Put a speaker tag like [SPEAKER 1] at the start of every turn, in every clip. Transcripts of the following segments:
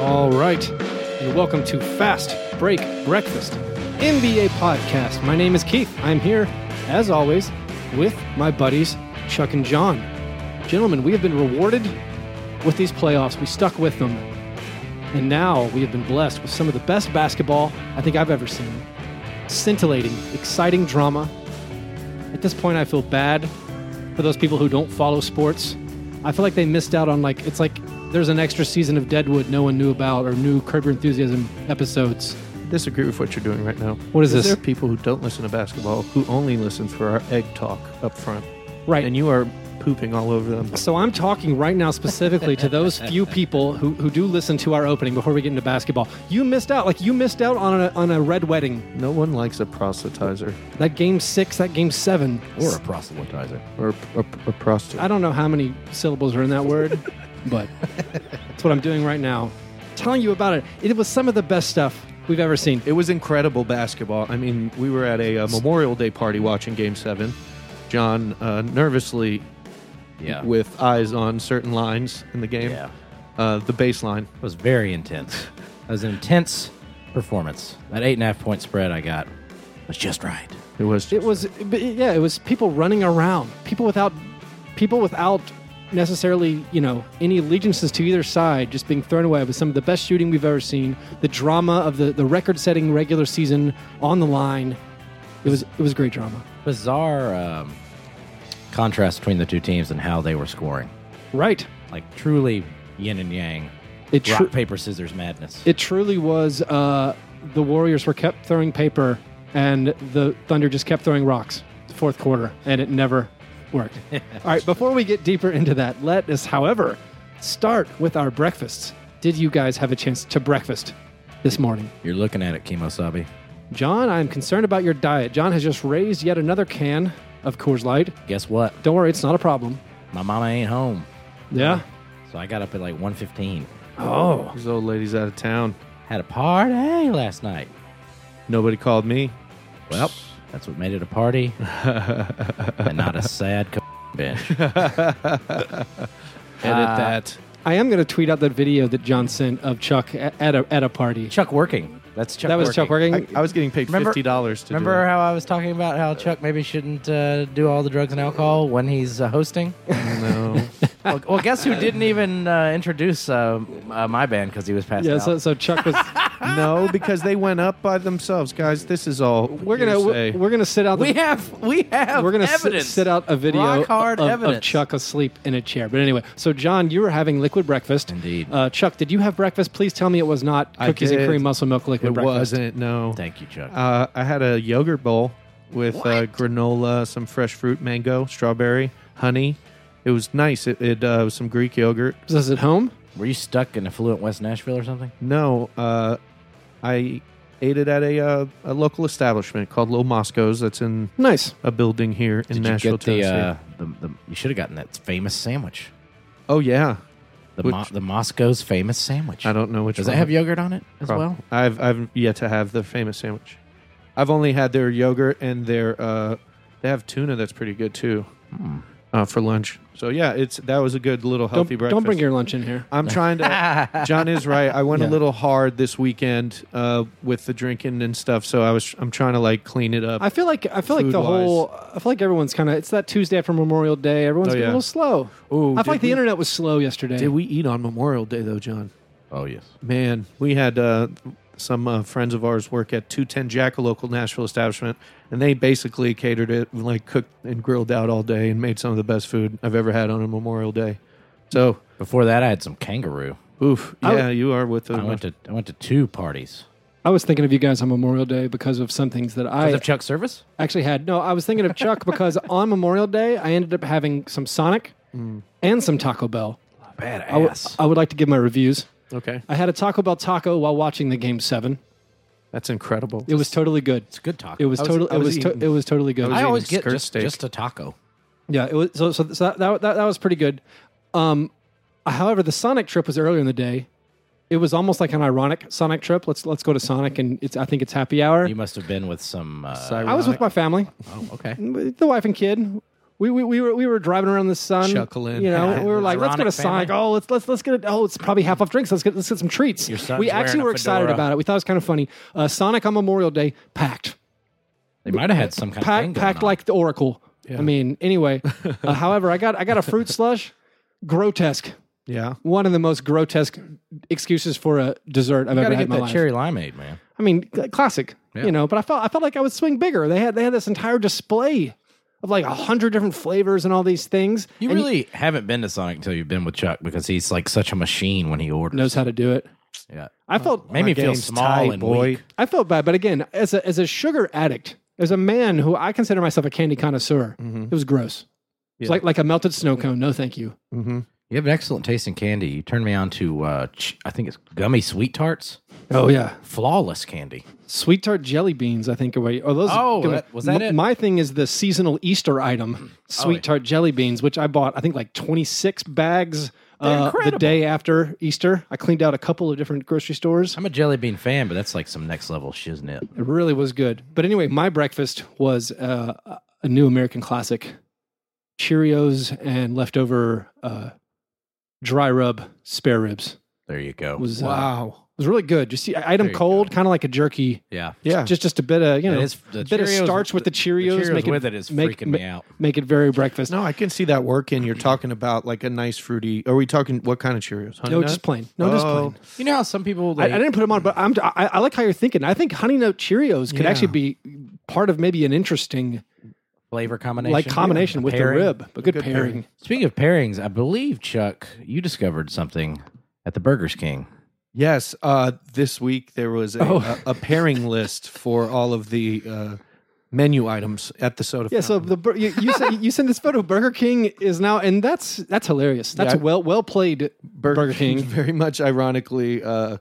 [SPEAKER 1] All right, and welcome to Fast Break Breakfast NBA podcast. My name is Keith. I'm here, as always, with my buddies Chuck and John. Gentlemen, we have been rewarded with these playoffs. We stuck with them, and now we have been blessed with some of the best basketball I think I've ever seen. Scintillating, exciting drama. At this point, I feel bad for those people who don't follow sports. I feel like they missed out on like it's like there's an extra season of Deadwood no one knew about or new Curb Your Enthusiasm episodes.
[SPEAKER 2] disagree with what you're doing right now.
[SPEAKER 1] What is this?
[SPEAKER 2] There are people who don't listen to basketball who only listen for our egg talk up front.
[SPEAKER 1] Right.
[SPEAKER 2] And you are pooping all over them.
[SPEAKER 1] So I'm talking right now specifically to those few people who, who do listen to our opening before we get into basketball. You missed out, like you missed out on a, on a red wedding.
[SPEAKER 2] No one likes a proselytizer
[SPEAKER 1] That game six, that game seven.
[SPEAKER 3] Or a proselytizer.
[SPEAKER 2] or a, a, a prostitute.
[SPEAKER 1] I don't know how many syllables are in that word, but that's what I'm doing right now. Telling you about it. It was some of the best stuff we've ever seen.
[SPEAKER 2] It was incredible basketball. I mean, we were at a, uh Memorial Day party watching Game Seven. John uh, nervously,
[SPEAKER 3] Yeah.
[SPEAKER 2] with eyes on certain lines in the game.
[SPEAKER 3] Yeah.
[SPEAKER 2] Uh, the baseline.
[SPEAKER 3] It was very intense. It was an intense performance. That eight and a half point spread I got was just right.
[SPEAKER 2] It was.
[SPEAKER 1] It was, but yeah, it was people running around, people without, people without necessarily, you know, any allegiances to either side, just being thrown away with some of the best shooting we've ever seen. The drama of the the record-setting regular season on the line. It was it was great drama.
[SPEAKER 3] Bizarre um, contrast between the two teams and how they were scoring.
[SPEAKER 1] Right.
[SPEAKER 3] Like truly yin and yang.
[SPEAKER 1] It tru-
[SPEAKER 3] Rock, paper, scissors madness.
[SPEAKER 1] it truly was. Uh, the Warriors were kept throwing paper, and the Thunder just kept throwing rocks. the Fourth quarter, and it never worked. All right, before we get deeper into that, let us, however, start with our breakfasts. Did you guys have a chance to breakfast this morning?
[SPEAKER 3] You're looking at it, Kimosabe.
[SPEAKER 1] John, I'm concerned about your diet. John has just raised yet another can of Coors Light.
[SPEAKER 3] Guess what?
[SPEAKER 1] Don't worry, it's not a problem.
[SPEAKER 3] My mama ain't home.
[SPEAKER 1] Yeah.
[SPEAKER 3] So I got up at like 1.15.
[SPEAKER 1] Oh.
[SPEAKER 2] These old ladies out of town.
[SPEAKER 3] Had a party last night.
[SPEAKER 2] Nobody called me.
[SPEAKER 3] Well, that's what made it a party and not a sad c- bench.
[SPEAKER 2] Edit that.
[SPEAKER 1] I am going to tweet out that video that John sent of Chuck a- at a, at a party.
[SPEAKER 3] Chuck working. That's Chuck.
[SPEAKER 1] that was Chuck working.
[SPEAKER 2] I, I was getting paid
[SPEAKER 3] Remember-
[SPEAKER 2] fifty dollars to do
[SPEAKER 3] Remember
[SPEAKER 2] that.
[SPEAKER 3] how I was talking about how Chuck maybe shouldn't uh, do all the drugs and alcohol when he's uh, hosting?
[SPEAKER 2] No.
[SPEAKER 3] well, well, guess who didn't even uh, introduce uh, uh, my band because he was passed
[SPEAKER 1] yeah,
[SPEAKER 3] out.
[SPEAKER 1] so, so Chuck was.
[SPEAKER 2] no, because they went up by themselves, guys. This is all
[SPEAKER 1] We're gonna
[SPEAKER 2] hearsay.
[SPEAKER 1] we're gonna sit out. The,
[SPEAKER 3] we have we have
[SPEAKER 1] we're gonna s-
[SPEAKER 3] evidence.
[SPEAKER 1] sit out a video
[SPEAKER 3] Rock hard
[SPEAKER 1] of,
[SPEAKER 3] evidence.
[SPEAKER 1] of Chuck asleep in a chair. But anyway, so John, you were having liquid breakfast.
[SPEAKER 3] Indeed.
[SPEAKER 1] Uh, Chuck, did you have breakfast? Please tell me it was not
[SPEAKER 2] I
[SPEAKER 1] cookies and
[SPEAKER 2] did.
[SPEAKER 1] cream muscle milk liquid
[SPEAKER 2] it
[SPEAKER 1] breakfast.
[SPEAKER 2] wasn't. No,
[SPEAKER 3] Thank you, Chuck.
[SPEAKER 2] Uh, I had a yogurt bowl with uh, granola, some fresh fruit, mango, strawberry, honey. It was nice. It, it uh, was some Greek yogurt.
[SPEAKER 1] Was this at home?
[SPEAKER 3] Were you stuck in affluent West Nashville or something?
[SPEAKER 2] No, uh, I ate it at a, uh, a local establishment called Little Moscow's. That's in
[SPEAKER 1] Nice.
[SPEAKER 2] a building here in
[SPEAKER 3] Did
[SPEAKER 2] Nashville,
[SPEAKER 3] you get the,
[SPEAKER 2] Tennessee.
[SPEAKER 3] uh, the, the you should have gotten that famous sandwich.
[SPEAKER 2] oh yeah,
[SPEAKER 3] The
[SPEAKER 2] Which-
[SPEAKER 3] Mo- the Moscow's famous sandwich.
[SPEAKER 2] I don't know which.
[SPEAKER 3] Does
[SPEAKER 2] one
[SPEAKER 3] that have yogurt on it as
[SPEAKER 2] Prob-
[SPEAKER 3] well?
[SPEAKER 2] I've I've yet to have the famous sandwich. I've only had their yogurt and their uh, they have tuna that's pretty good too
[SPEAKER 3] Hmm.
[SPEAKER 2] uh, for lunch. So yeah, it's that was a good little
[SPEAKER 1] Don't,
[SPEAKER 2] healthy breakfast.
[SPEAKER 1] don't bring your lunch in here.
[SPEAKER 2] I'm trying to. John is right. I went a
[SPEAKER 3] Yeah.
[SPEAKER 2] little hard this weekend uh, with the drinking and stuff, so I was. I'm trying to like clean it up.
[SPEAKER 1] I feel like I feel like the
[SPEAKER 2] Food-wise.
[SPEAKER 1] whole I feel like everyone's kind of it's that Tuesday after Memorial Day. Everyone's
[SPEAKER 2] Oh,
[SPEAKER 1] been a
[SPEAKER 2] yeah.
[SPEAKER 1] little slow.
[SPEAKER 2] Ooh,
[SPEAKER 1] I
[SPEAKER 2] did
[SPEAKER 1] feel like the
[SPEAKER 2] we-
[SPEAKER 1] internet was slow yesterday.
[SPEAKER 2] Did we eat on Memorial Day though, John?
[SPEAKER 3] Oh yes.
[SPEAKER 2] Man, we had uh, some uh, friends of ours work at 210 Jack, a local Nashville establishment, and they basically catered it, like cooked and grilled out all day, and made some of the best food I've ever had on a Memorial Day. So,
[SPEAKER 3] Before that, I had some kangaroo.
[SPEAKER 2] oof,
[SPEAKER 1] I
[SPEAKER 2] yeah, you are with
[SPEAKER 3] I
[SPEAKER 2] the.
[SPEAKER 3] went to I went to two parties.
[SPEAKER 1] I was thinking of you guys on Memorial Day because of some things that I
[SPEAKER 3] Does it have Chuck Service?
[SPEAKER 1] actually had. No, I was thinking of Chuck because on Memorial Day I ended up having some Sonic and some Taco Bell.
[SPEAKER 3] Badass.
[SPEAKER 1] I, w- I would like to give my reviews.
[SPEAKER 2] Okay,
[SPEAKER 1] I had a Taco Bell taco while watching the game seven.
[SPEAKER 2] that's incredible.
[SPEAKER 1] It was totally good.
[SPEAKER 3] it's good taco.
[SPEAKER 1] It was,
[SPEAKER 2] was-
[SPEAKER 1] totally.
[SPEAKER 2] I
[SPEAKER 1] It
[SPEAKER 2] was
[SPEAKER 1] was. To-
[SPEAKER 2] eating-
[SPEAKER 1] it was totally good.
[SPEAKER 3] I always
[SPEAKER 2] eating
[SPEAKER 3] get
[SPEAKER 2] skirt
[SPEAKER 3] just,
[SPEAKER 2] steak.
[SPEAKER 3] just a taco.
[SPEAKER 1] Yeah, it was so so, so that, that that was pretty good. Um, however, the Sonic trip was earlier in the day. It was almost like an ironic Sonic trip. Let's let's go to Sonic and it's I think it's happy hour.
[SPEAKER 3] You must have been with some. Uh,
[SPEAKER 2] Cyrus
[SPEAKER 1] I was with my family,
[SPEAKER 3] oh, okay.
[SPEAKER 1] with the wife and kid. We, we, we were we were driving around in the sun,
[SPEAKER 2] Chuckling.
[SPEAKER 1] You know, we were like, let's go to
[SPEAKER 3] Ironic family.
[SPEAKER 1] Sonic. Oh, let's let's let's get it. Oh, it's probably half off drinks. Let's get let's get some treats.
[SPEAKER 3] Your son's
[SPEAKER 1] we
[SPEAKER 3] wearing
[SPEAKER 1] actually
[SPEAKER 3] a
[SPEAKER 1] were excited
[SPEAKER 3] fedora.
[SPEAKER 1] about it. We thought it was kind of funny. Uh, Sonic on Memorial Day packed.
[SPEAKER 3] They might have had some kind of thing
[SPEAKER 1] packed
[SPEAKER 3] going
[SPEAKER 1] packed
[SPEAKER 3] on.
[SPEAKER 1] like the Oracle. I mean, anyway. uh, however, I got I got a fruit slush, grotesque.
[SPEAKER 2] yeah.
[SPEAKER 1] One of the most grotesque excuses for a dessert I've
[SPEAKER 3] You
[SPEAKER 1] ever
[SPEAKER 3] gotta
[SPEAKER 1] had
[SPEAKER 3] get
[SPEAKER 1] in my
[SPEAKER 3] that
[SPEAKER 1] life.
[SPEAKER 3] cherry limeade, man.
[SPEAKER 1] I mean, cl- classic,
[SPEAKER 3] Yeah.
[SPEAKER 1] you know. But I felt I felt like I would swing bigger. They had they had this entire display of like a hundred different flavors and all these things.
[SPEAKER 3] You
[SPEAKER 1] and
[SPEAKER 3] really haven't been to Sonic until you've been with Chuck because he's like such a machine when he orders.
[SPEAKER 1] knows how to do it.
[SPEAKER 3] Yeah.
[SPEAKER 1] I felt
[SPEAKER 3] Made me feel
[SPEAKER 2] game's
[SPEAKER 3] small
[SPEAKER 2] tight,
[SPEAKER 3] and
[SPEAKER 2] boy.
[SPEAKER 3] weak.
[SPEAKER 1] I felt bad, but again, as a as a sugar addict, as a man who I consider myself a candy connoisseur, it was gross. It's
[SPEAKER 2] Yeah.
[SPEAKER 1] like like a melted snow cone. No, thank you.
[SPEAKER 2] hmm
[SPEAKER 3] You have an excellent taste in candy. You turned me on to uh, ch- I think it's gummy sweet tarts.
[SPEAKER 1] Oh yeah,
[SPEAKER 3] Flawless candy.
[SPEAKER 1] Sweet tart jelly beans, I think. Are what you- oh, those.
[SPEAKER 3] Oh,
[SPEAKER 1] come-
[SPEAKER 3] that- was that
[SPEAKER 1] m-
[SPEAKER 3] it? Mm. Oh,
[SPEAKER 1] My thing is the seasonal Easter item, sweet
[SPEAKER 3] yeah.
[SPEAKER 1] tart jelly beans, which I bought. I think like twenty six bags uh, the
[SPEAKER 3] incredible.
[SPEAKER 1] day after Easter. I cleaned out a couple of different grocery stores.
[SPEAKER 3] I'm a jelly bean fan, but that's like some next level shiznit.
[SPEAKER 1] It really was good. But anyway, my breakfast was uh, a new American classic: Cheerios and leftover uh, dry rub spare ribs.
[SPEAKER 3] There you go.
[SPEAKER 1] It was uh, wow. it was really good. Just see, I ate them
[SPEAKER 3] There you
[SPEAKER 1] cold, kind of like a jerky.
[SPEAKER 3] yeah.
[SPEAKER 2] Yeah.
[SPEAKER 1] Just just a bit of you know
[SPEAKER 3] It is- the
[SPEAKER 1] a bit of
[SPEAKER 3] Cheerios-
[SPEAKER 1] starch with the Cheerios,
[SPEAKER 3] Cheerios
[SPEAKER 1] make it
[SPEAKER 3] with it is
[SPEAKER 1] make,
[SPEAKER 3] freaking
[SPEAKER 1] ma-
[SPEAKER 3] me out.
[SPEAKER 1] Make it very breakfast.
[SPEAKER 2] No, I can see that working. You're talking about like a nice fruity. Are we talking what kind of Cheerios? Honey
[SPEAKER 1] No,
[SPEAKER 2] Nut?
[SPEAKER 1] just plain. No, just
[SPEAKER 2] Oh.
[SPEAKER 1] plain.
[SPEAKER 3] You know how some people
[SPEAKER 1] I, I
[SPEAKER 3] like,
[SPEAKER 1] didn't put them on, but I'm, I, I like how you're thinking. I think Honey Nut Cheerios could
[SPEAKER 2] Yeah.
[SPEAKER 1] actually be part of maybe an interesting
[SPEAKER 3] flavor combination,
[SPEAKER 1] like combination with
[SPEAKER 3] Pairing.
[SPEAKER 1] the rib, a good,
[SPEAKER 2] Good
[SPEAKER 1] pairing.
[SPEAKER 2] pairing.
[SPEAKER 3] Speaking of pairings, I believe Chuck, you discovered something at the Burgers King.
[SPEAKER 2] Yes, uh, this week there was a,
[SPEAKER 1] Oh.
[SPEAKER 2] a, a pairing list for all of the uh, menu items at the soda.
[SPEAKER 1] Yeah. So
[SPEAKER 2] fountain.
[SPEAKER 1] the bur- you you, sent, you sent this photo. Burger King is now, and that's that's hilarious. That's
[SPEAKER 2] Yeah.
[SPEAKER 1] well well played.
[SPEAKER 2] Burger,
[SPEAKER 1] Burger
[SPEAKER 2] King,
[SPEAKER 1] King.
[SPEAKER 2] very much ironically, uh,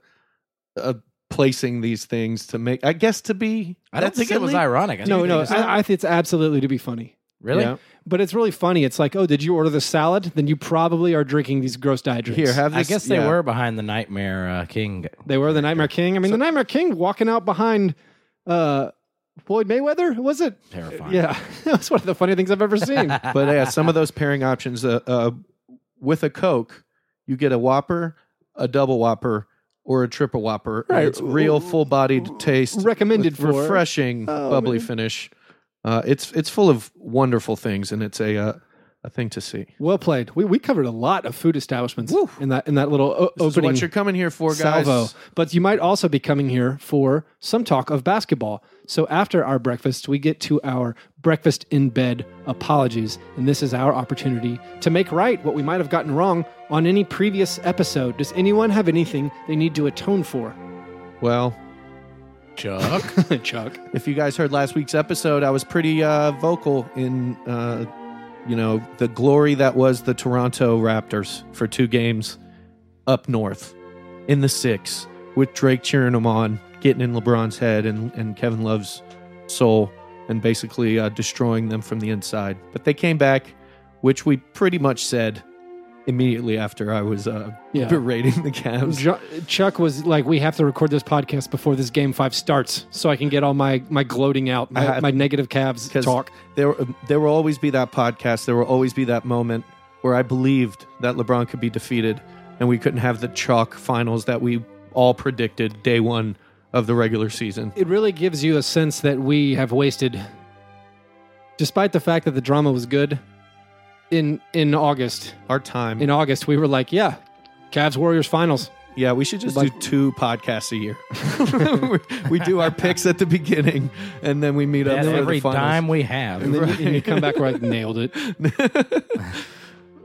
[SPEAKER 2] uh, placing these things to make, I guess, to be.
[SPEAKER 3] I don't
[SPEAKER 2] that's
[SPEAKER 3] think it was
[SPEAKER 2] silly.
[SPEAKER 3] ironic. I
[SPEAKER 1] No,
[SPEAKER 3] think it
[SPEAKER 1] no,
[SPEAKER 3] was-
[SPEAKER 1] I, I think it's absolutely to be funny.
[SPEAKER 3] really?
[SPEAKER 2] Yeah.
[SPEAKER 1] But it's really funny. It's like, oh, did you order the salad? Then you probably are drinking these gross diet drinks.
[SPEAKER 2] Here, have
[SPEAKER 3] I
[SPEAKER 2] this.
[SPEAKER 3] guess they
[SPEAKER 2] yeah.
[SPEAKER 3] were behind the Nightmare uh, King.
[SPEAKER 1] They were the Nightmare King. I mean, the Nightmare King walking out behind uh, Floyd Mayweather was it?
[SPEAKER 3] Terrifying.
[SPEAKER 1] Yeah, that was one of the funny things I've ever seen.
[SPEAKER 2] But yeah, some of those pairing options uh, uh, with a Coke, you get a Whopper, a double Whopper, or a triple Whopper. and
[SPEAKER 1] Right.
[SPEAKER 2] It's real full bodied taste.
[SPEAKER 1] Recommended
[SPEAKER 2] with
[SPEAKER 1] for-
[SPEAKER 2] refreshing
[SPEAKER 1] Oh,
[SPEAKER 2] bubbly
[SPEAKER 1] man.
[SPEAKER 2] finish. Uh, it's it's full of wonderful things, and it's a uh, a thing to see.
[SPEAKER 1] well played. We, we covered a lot of food establishments in that in that little o-
[SPEAKER 2] This is
[SPEAKER 1] opening
[SPEAKER 2] what you're coming here for, guys.
[SPEAKER 1] salvo. But you might also be coming here for some talk of basketball. So after our breakfast, we get to our breakfast in bed apologies, and this is our opportunity to make right what we might have gotten wrong on any previous episode. Does anyone have anything they need to atone for?
[SPEAKER 2] Well,
[SPEAKER 3] Chuck.
[SPEAKER 1] Chuck.
[SPEAKER 2] if you guys heard last week's episode, I was pretty uh, vocal in, uh, you know, the glory that was the Toronto Raptors for two games up north in the six with Drake cheering them on, getting in LeBron's head and, and Kevin Love's soul and basically uh, destroying them from the inside. But they came back, which we pretty much said immediately after I was uh,
[SPEAKER 1] Yeah.
[SPEAKER 2] berating the Cavs.
[SPEAKER 1] Ju- Chuck was like, "We have to record this podcast before this game five starts, so I can get all my my gloating out, my,
[SPEAKER 2] I-
[SPEAKER 1] my negative calves
[SPEAKER 2] because
[SPEAKER 1] talk."
[SPEAKER 2] There, uh, there will always be that podcast. There will always be that moment where I believed that LeBron could be defeated, and we couldn't have the chalk finals that we all predicted day one of the regular season.
[SPEAKER 1] It really gives you a sense that we have wasted, despite the fact that the drama was good. In in August,
[SPEAKER 2] Our time,
[SPEAKER 1] in August, we were like, "Yeah, Cavs Warriors finals."
[SPEAKER 2] yeah, we should just
[SPEAKER 1] Like-
[SPEAKER 2] do two podcasts a year. we do our picks at the beginning, and then we meet up
[SPEAKER 3] That's
[SPEAKER 2] for
[SPEAKER 3] every
[SPEAKER 2] the finals.
[SPEAKER 3] dime we have.
[SPEAKER 1] And then you, and you come back, we're like, "Nailed it."
[SPEAKER 3] Hmm?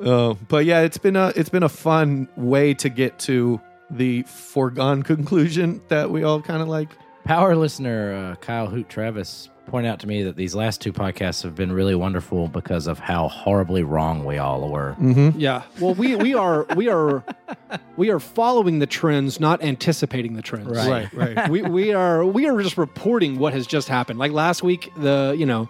[SPEAKER 2] Oh, but yeah, it's been a it's been a fun way to get to the foregone conclusion that we all kind of like.
[SPEAKER 3] Power listener uh, Kyle Hoot Travis point out to me that these last two podcasts have been really wonderful because of how horribly wrong we all were.
[SPEAKER 1] Mm. Yeah. Well, we we are we are we are following the trends, not anticipating the trends.
[SPEAKER 3] Right.
[SPEAKER 2] right.
[SPEAKER 1] we we are we are just reporting what has just happened. Like last week, the you know,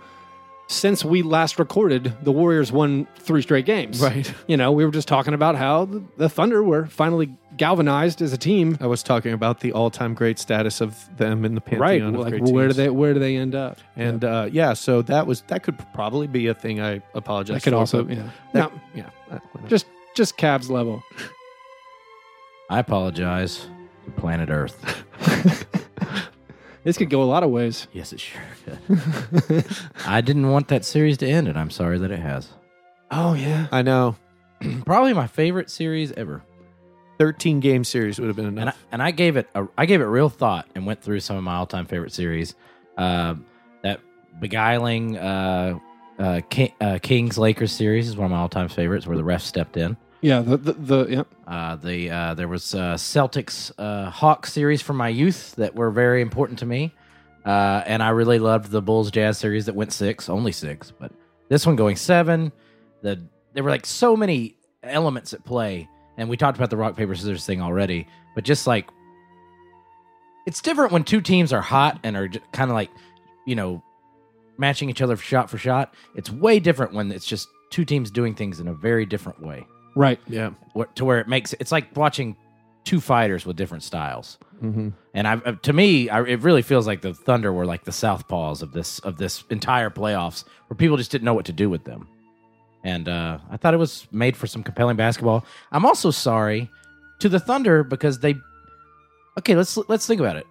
[SPEAKER 1] since we last recorded, the Warriors won three straight games.
[SPEAKER 2] Right.
[SPEAKER 1] You know, we were just talking about how the, the Thunder were finally galvanized as a team.
[SPEAKER 2] I was talking about the all-time great status of them in the pantheon
[SPEAKER 1] Right.
[SPEAKER 2] of
[SPEAKER 1] Like
[SPEAKER 2] great
[SPEAKER 1] where do
[SPEAKER 2] teams.
[SPEAKER 1] they where do they end up?
[SPEAKER 2] And uh, yeah, so that was that could probably be a thing. I apologize.
[SPEAKER 1] I could
[SPEAKER 2] for,
[SPEAKER 1] also
[SPEAKER 2] but
[SPEAKER 1] yeah.
[SPEAKER 2] that-
[SPEAKER 1] No,
[SPEAKER 2] yeah. uh, whatever.
[SPEAKER 1] just just Cavs level.
[SPEAKER 3] I apologize to planet Earth.
[SPEAKER 1] This could go a lot of ways.
[SPEAKER 3] yes, it sure could. I didn't want that series to end, and I'm sorry that it has.
[SPEAKER 1] Oh yeah.
[SPEAKER 2] I know
[SPEAKER 3] Probably my favorite series ever.
[SPEAKER 2] thirteen game series would have been
[SPEAKER 3] and I,
[SPEAKER 2] enough.
[SPEAKER 3] and I gave it a, I gave it real thought and went through some of my all time favorite series. Um that beguiling uh, uh, King, uh, Kings Lakers series is one of my all time favorites, where the ref stepped in.
[SPEAKER 1] Yeah. The the, the yeah.
[SPEAKER 3] Uh, the uh, there was uh, Celtics uh, Hawks series from my youth that were very important to me, uh, and I really loved the Bulls Jazz series that went six, only six, but this one going seven. The there were like so many elements at play, and we talked about the rock paper scissors thing already, but just like it's different when two teams are hot and are kind of like you know matching each other shot for shot. It's way different when it's just two teams doing things in a very different way
[SPEAKER 1] Right.
[SPEAKER 2] yeah.
[SPEAKER 3] wh- to where it makes it's like watching two fighters with different styles.
[SPEAKER 2] Mm-hmm.
[SPEAKER 3] And I, uh, to me, I, it really feels like the Thunder were like the southpaws of this of this entire playoffs, where people just didn't know what to do with them. And uh, I thought it was made for some compelling basketball. I'm also sorry to the Thunder because they. Okay, let's let's think about it.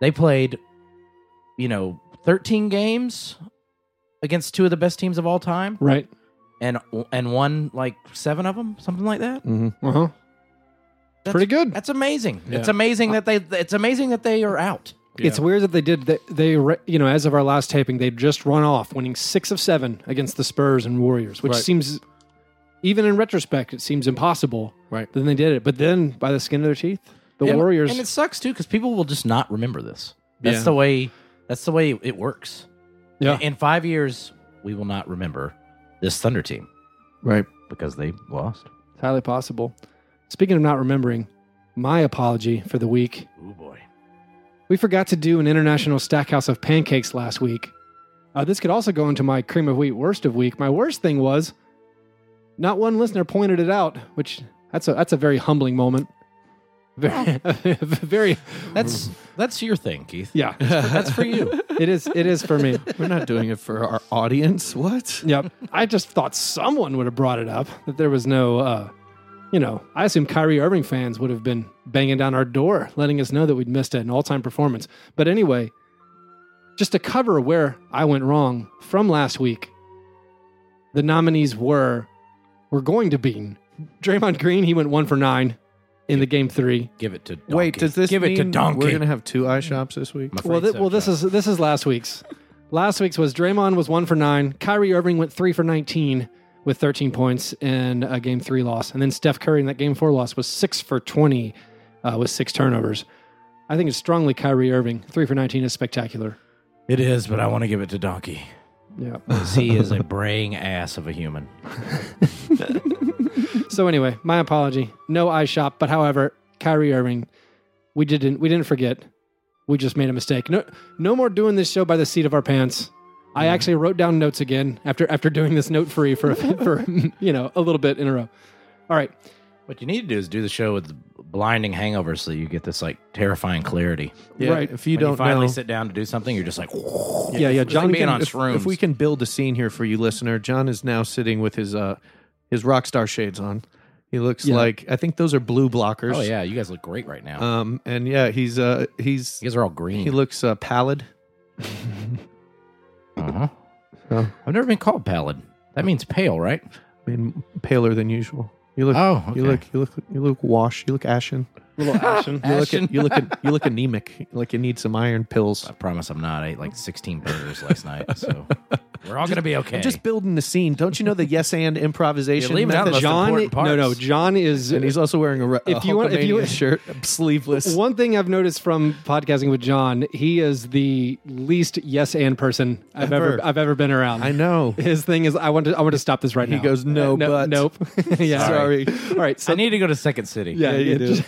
[SPEAKER 3] They played, you know, 13 games against two of the best teams of all time,
[SPEAKER 1] Right.
[SPEAKER 3] and and won like seven of them, something like that.
[SPEAKER 1] Uh huh.
[SPEAKER 3] That's-
[SPEAKER 1] Pretty good. Uh,
[SPEAKER 3] That's amazing. It's amazing that they. It's amazing that they are out.
[SPEAKER 1] It's weird that they did. They, they, re- you know, as of our last taping, they'd just run off, winning six of seven against the Spurs and Warriors, which
[SPEAKER 2] Right.
[SPEAKER 1] seems, even in retrospect, it seems impossible.
[SPEAKER 2] Right.
[SPEAKER 1] Then they did it, but then by the skin of their teeth, the
[SPEAKER 3] And-
[SPEAKER 1] Warriors.
[SPEAKER 3] and it sucks too because people will just not remember this. That's
[SPEAKER 2] Yeah.
[SPEAKER 3] the way. That's the way it works.
[SPEAKER 1] yeah,
[SPEAKER 3] In five years, we will not remember this Thunder team
[SPEAKER 2] Right.
[SPEAKER 3] because they lost.
[SPEAKER 1] it's highly possible. Speaking of not remembering, my apology for the week.
[SPEAKER 3] Oh boy.
[SPEAKER 1] We forgot to do an international stackhouse of pancakes last week. Uh, this could also go into my cream of wheat worst of week. My worst thing was, not one listener pointed it out, which that's a that's a very humbling moment. Very, very,
[SPEAKER 3] That's Mm. that's your thing, Keith.
[SPEAKER 1] yeah.
[SPEAKER 3] That's for you.
[SPEAKER 1] It is it is for me.
[SPEAKER 2] We're not doing it for our audience. What?
[SPEAKER 1] Yep. I just thought someone would have brought it up that there was no, uh, you know, I assume Kyrie Irving fans would have been banging down our door, letting us know that we'd missed an all time performance. But anyway, just to cover where I went wrong from last week, the nominees were, were going to be Draymond Green. He went one for nine in the game three.
[SPEAKER 3] Give it to. Donkey.
[SPEAKER 2] Wait, does this
[SPEAKER 3] give it to
[SPEAKER 2] mean
[SPEAKER 3] Donkey?
[SPEAKER 2] We're gonna have two eye shops this week.
[SPEAKER 3] I'm afraid
[SPEAKER 1] Well, th-
[SPEAKER 3] so,
[SPEAKER 1] well, this
[SPEAKER 3] Chuck.
[SPEAKER 1] is this is last week's. last week's was Draymond was one for nine. Kyrie Irving went three for nineteen with thirteen points in a game three loss, and then Steph Curry in that game four loss was six for twenty uh, with six turnovers. I think it's strongly Kyrie Irving. Three for nineteen is spectacular.
[SPEAKER 3] It is, but I want to give it to Donkey.
[SPEAKER 1] Yeah.
[SPEAKER 3] 'Cause He is a braying ass of a human.
[SPEAKER 1] so anyway, my apology. No eye shop, but however, Kyrie Irving, we didn't we didn't forget. we just made a mistake. No, no more doing this show by the seat of our pants. I actually wrote down notes again after after doing this note free for for you know a little bit in a row. All right,
[SPEAKER 3] What you need to do is do the show with blinding hangovers so you get this like terrifying clarity.
[SPEAKER 2] Yeah,
[SPEAKER 1] Right.
[SPEAKER 2] If you
[SPEAKER 3] When
[SPEAKER 2] don't
[SPEAKER 3] you finally
[SPEAKER 2] know,
[SPEAKER 3] sit down to do something, you're just like,
[SPEAKER 1] yeah, yeah.
[SPEAKER 3] It's
[SPEAKER 1] John
[SPEAKER 3] like being
[SPEAKER 1] can-
[SPEAKER 3] on
[SPEAKER 2] if,
[SPEAKER 3] shrooms.
[SPEAKER 2] if we can build a scene here for you, listener, John is now sitting with his uh his rock star shades on. He looks
[SPEAKER 1] Yeah.
[SPEAKER 2] like I think those are blue blockers.
[SPEAKER 3] oh yeah, you guys look great right now.
[SPEAKER 2] Um, and yeah, he's uh he's
[SPEAKER 3] you guys are all green.
[SPEAKER 2] he looks uh, pallid.
[SPEAKER 3] uh-huh.
[SPEAKER 2] Oh.
[SPEAKER 3] I've never been called pallid. That means pale, right?
[SPEAKER 2] I mean, paler than usual. You look.
[SPEAKER 3] Oh,
[SPEAKER 2] You
[SPEAKER 3] okay.
[SPEAKER 2] look. You look. You look washed. You look ashen.
[SPEAKER 1] little action.
[SPEAKER 2] You look.
[SPEAKER 3] Ashen.
[SPEAKER 2] You look. You look anemic. Like you need some iron pills.
[SPEAKER 3] I promise I'm not. I ate like 16 burgers last night, so we're all gonna be okay.
[SPEAKER 2] I'm just building the scene. Don't you know the yes and improvisation?
[SPEAKER 3] Yeah, leave it out of
[SPEAKER 2] method?
[SPEAKER 3] the-
[SPEAKER 1] John,
[SPEAKER 3] important
[SPEAKER 1] no,
[SPEAKER 3] parts.
[SPEAKER 1] no. John is
[SPEAKER 2] And he's also wearing a, re-
[SPEAKER 1] If you want- if you-
[SPEAKER 2] Hulkamania shirt, sleeveless.
[SPEAKER 1] One thing I've noticed from podcasting with John, he is the least yes and person I've ever,
[SPEAKER 2] Ever.
[SPEAKER 1] I've ever been around.
[SPEAKER 2] I know.
[SPEAKER 1] His thing is I want to I want to stop this right
[SPEAKER 2] He
[SPEAKER 1] now. Uh,
[SPEAKER 2] goes, "No, but."
[SPEAKER 1] nope. yeah.
[SPEAKER 2] Sorry.
[SPEAKER 1] All right. So
[SPEAKER 3] I need to go to Second City.
[SPEAKER 1] yeah,
[SPEAKER 2] you
[SPEAKER 1] yeah,
[SPEAKER 2] do.
[SPEAKER 1] Just,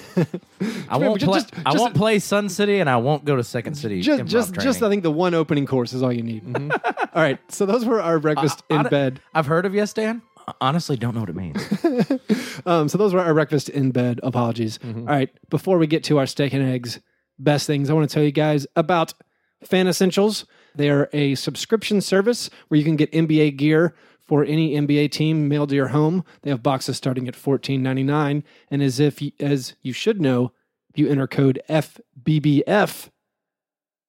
[SPEAKER 3] I won't
[SPEAKER 1] just-
[SPEAKER 3] play.
[SPEAKER 1] just-
[SPEAKER 3] I
[SPEAKER 1] just-
[SPEAKER 3] won't play Sun City, and I won't go to Second City.
[SPEAKER 1] just
[SPEAKER 3] improv
[SPEAKER 1] just, just I
[SPEAKER 3] training.
[SPEAKER 1] think the one opening course is all you need.
[SPEAKER 2] Mm-hmm.
[SPEAKER 1] All right. So those were our breakfast
[SPEAKER 3] I- I
[SPEAKER 1] in
[SPEAKER 3] don't-
[SPEAKER 1] bed.
[SPEAKER 3] I've heard of Yes Dan. I Honestly, don't know what it means.
[SPEAKER 1] Um, so those were our breakfast in bed. Apologies.
[SPEAKER 2] Mm-hmm.
[SPEAKER 1] All right. Before we get to our steak and eggs, best things, I want to tell you guys about Fan Essentials. They're a subscription service where you can get NBA gear for any NBA team mailed to your home. They have boxes starting at $14.99. And as if you, as you should know, if you enter code FBBF,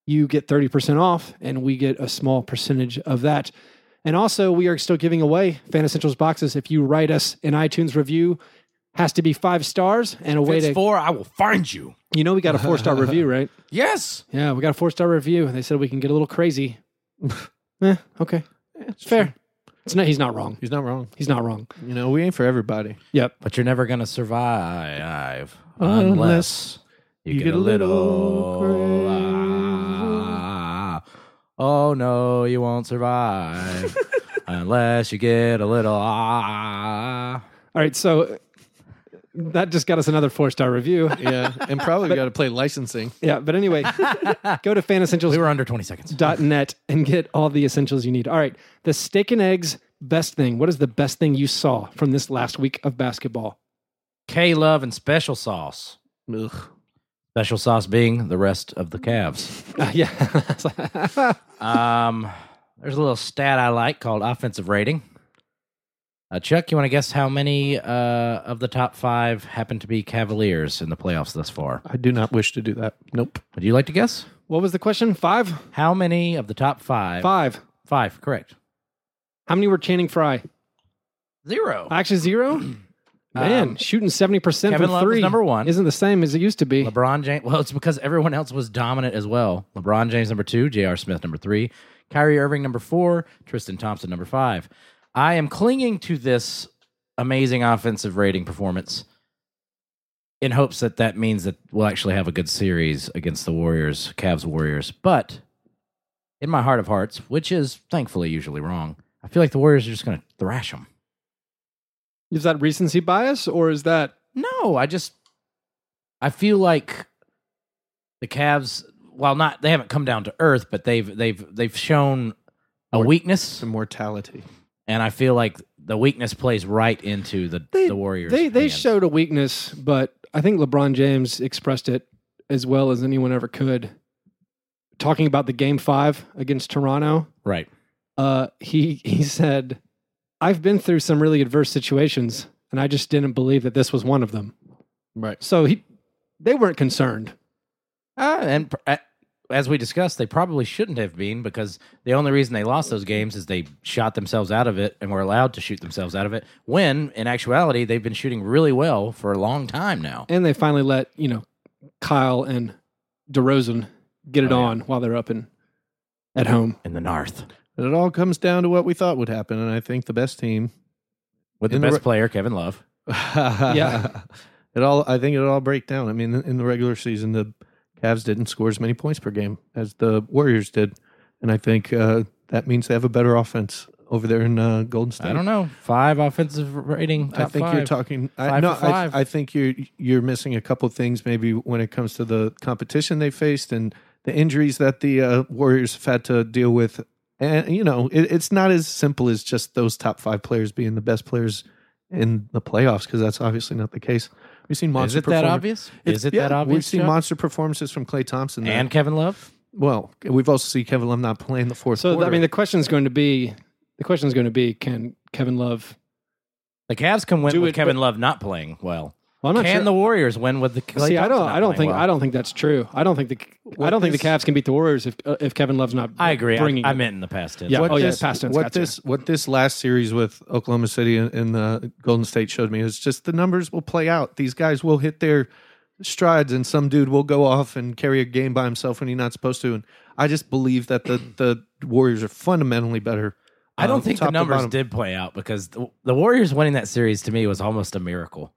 [SPEAKER 1] you get 30% off, and we get a small percentage of that. And also, we are still giving away Fan Essentials boxes. If you write us an iTunes review, has to be five stars and a
[SPEAKER 3] If
[SPEAKER 1] way
[SPEAKER 3] it's
[SPEAKER 1] to.
[SPEAKER 3] four, I will find you.
[SPEAKER 1] you know, we got a four star review, right?
[SPEAKER 3] Yes.
[SPEAKER 1] Yeah, we got a four star review. They said we can get a little crazy. eh, okay, it's fair. It's not. He's not wrong.
[SPEAKER 2] He's not wrong.
[SPEAKER 1] He's not wrong.
[SPEAKER 2] You know, we ain't for everybody.
[SPEAKER 1] Yep.
[SPEAKER 3] But you're never gonna survive
[SPEAKER 2] Unless
[SPEAKER 3] unless you, get, a little. ah. oh no, you won't survive unless you get a little. Ah.
[SPEAKER 1] All right. So uh, that just got us another four star review.
[SPEAKER 2] Yeah, and probably got to play licensing.
[SPEAKER 1] yeah. But anyway, go to
[SPEAKER 3] We
[SPEAKER 1] fanessentials.net
[SPEAKER 3] were under 20 seconds.
[SPEAKER 1] and get all the essentials you need. All right. The steak and eggs best thing. What is the best thing you saw from this last week of basketball?
[SPEAKER 3] K Love and Special Sauce.
[SPEAKER 2] Ugh.
[SPEAKER 3] Special Sauce being the rest of the Cavs.
[SPEAKER 1] Uh, yeah.
[SPEAKER 3] Um, there's a little stat I like called offensive rating. Uh, Chuck, you want to guess how many uh, of the top five happen to be Cavaliers in the playoffs thus far?
[SPEAKER 2] I do not wish to do that. Nope.
[SPEAKER 3] Would you like to guess?
[SPEAKER 1] what was the question? Five.
[SPEAKER 3] How many of the top five?
[SPEAKER 1] Five.
[SPEAKER 3] Five, correct.
[SPEAKER 1] How many were Channing Frye?
[SPEAKER 3] Zero.
[SPEAKER 1] Actually, zero. Man, shooting seventy percent
[SPEAKER 3] Um, Kevin
[SPEAKER 1] from
[SPEAKER 3] Love was
[SPEAKER 1] three
[SPEAKER 3] number one.
[SPEAKER 1] isn't the same as it used to be.
[SPEAKER 3] LeBron James. Well, it's because everyone else was dominant as well. LeBron James number two, J.R. Smith number three, Kyrie Irving number four, Tristan Thompson number five. I am clinging to this amazing offensive rating performance in hopes that that means that we'll actually have a good series against the Warriors, Cavs Warriors. But in my heart of hearts, which is thankfully usually wrong, I feel like the Warriors are just going to thrash them.
[SPEAKER 1] Is that recency bias or is that
[SPEAKER 3] No, I just I feel like the Cavs, while not they haven't come down to earth, but they've they've they've shown a weakness,
[SPEAKER 2] Some mortality.
[SPEAKER 3] and I feel like the weakness plays right into the the Warriors.
[SPEAKER 1] They they
[SPEAKER 3] hands.
[SPEAKER 1] showed a weakness, but I think LeBron James expressed it as well as anyone ever could. Talking about the game five against Toronto,
[SPEAKER 3] right.
[SPEAKER 1] uh, he he said, "I've been through some really adverse situations, and I just didn't believe that this was one of them."
[SPEAKER 2] Right.
[SPEAKER 1] So he, they weren't concerned.
[SPEAKER 3] Uh, and pr- uh, as we discussed, they probably shouldn't have been because the only reason they lost those games is they shot themselves out of it and were allowed to shoot themselves out of it. When in actuality, they've been shooting really well for a long time now.
[SPEAKER 1] and they finally let you know Kyle and DeRozan get
[SPEAKER 3] Oh,
[SPEAKER 1] it on while they're up and at home.
[SPEAKER 3] In the North,
[SPEAKER 2] But it all comes down to what we thought would happen, and I think the best team.
[SPEAKER 3] with the
[SPEAKER 2] In the
[SPEAKER 3] best
[SPEAKER 2] re-
[SPEAKER 3] player, Kevin Love.
[SPEAKER 2] yeah. It all. I think it all break down. I mean, in the regular season, the Cavs didn't score as many points per game as the Warriors did, and I think uh, that means they have a better offense over there in uh, Golden State.
[SPEAKER 3] I don't know. Five offensive rating.
[SPEAKER 2] I
[SPEAKER 3] top
[SPEAKER 2] think you're
[SPEAKER 3] five.
[SPEAKER 2] talking. I,
[SPEAKER 3] Five
[SPEAKER 2] no,
[SPEAKER 3] for five.
[SPEAKER 2] I, I think you're you're missing a couple things maybe when it comes to the competition they faced and the injuries that the uh, Warriors have had to deal with. And, you know, it, it's not as simple as just those top five players being the best players in the playoffs, because that's obviously not the case. We've seen
[SPEAKER 3] Is
[SPEAKER 2] monster
[SPEAKER 3] it that
[SPEAKER 2] performer-
[SPEAKER 3] obvious?
[SPEAKER 2] It's-
[SPEAKER 3] Is it
[SPEAKER 2] yeah,
[SPEAKER 3] that obvious?
[SPEAKER 2] We've seen
[SPEAKER 3] Chuck?
[SPEAKER 2] monster performances from Clay Thompson. that-
[SPEAKER 3] and Kevin Love.
[SPEAKER 2] well, we've also seen Kevin Love not playing the fourth
[SPEAKER 1] So
[SPEAKER 2] quarter.
[SPEAKER 1] I mean, the question is going to be the question is going to be can Kevin Love?
[SPEAKER 3] The Cavs can win
[SPEAKER 1] Do
[SPEAKER 3] with
[SPEAKER 1] it,
[SPEAKER 3] Kevin Love not playing well.
[SPEAKER 1] Well, I'm not
[SPEAKER 3] can
[SPEAKER 1] sure.
[SPEAKER 3] the Warriors win with the Clay
[SPEAKER 1] See, I
[SPEAKER 3] Thompson
[SPEAKER 1] don't.
[SPEAKER 3] not
[SPEAKER 1] I don't
[SPEAKER 3] playing
[SPEAKER 1] think.
[SPEAKER 3] well?
[SPEAKER 1] I don't think that's true. I don't think the. I don't think the
[SPEAKER 2] this-
[SPEAKER 1] Cavs can beat the Warriors if uh, if Kevin Love's not.
[SPEAKER 3] I agree.
[SPEAKER 1] Bringing
[SPEAKER 3] I, I
[SPEAKER 1] it.
[SPEAKER 3] meant in the past tense.
[SPEAKER 1] Yeah.
[SPEAKER 3] What-
[SPEAKER 1] oh yeah.
[SPEAKER 2] this-
[SPEAKER 1] Past tense.
[SPEAKER 2] what
[SPEAKER 1] gotcha.
[SPEAKER 2] this what this last series with Oklahoma City and, and the Golden State showed me is just the numbers will play out. These guys will hit their strides, and some dude will go off and carry a game by himself when he's not supposed to. And I just believe that the the Warriors are fundamentally better.
[SPEAKER 3] I don't
[SPEAKER 2] um,
[SPEAKER 3] think
[SPEAKER 2] top
[SPEAKER 3] the
[SPEAKER 2] to
[SPEAKER 3] numbers
[SPEAKER 2] bottom.
[SPEAKER 3] did play out because the, the Warriors winning that series to me was almost a miracle.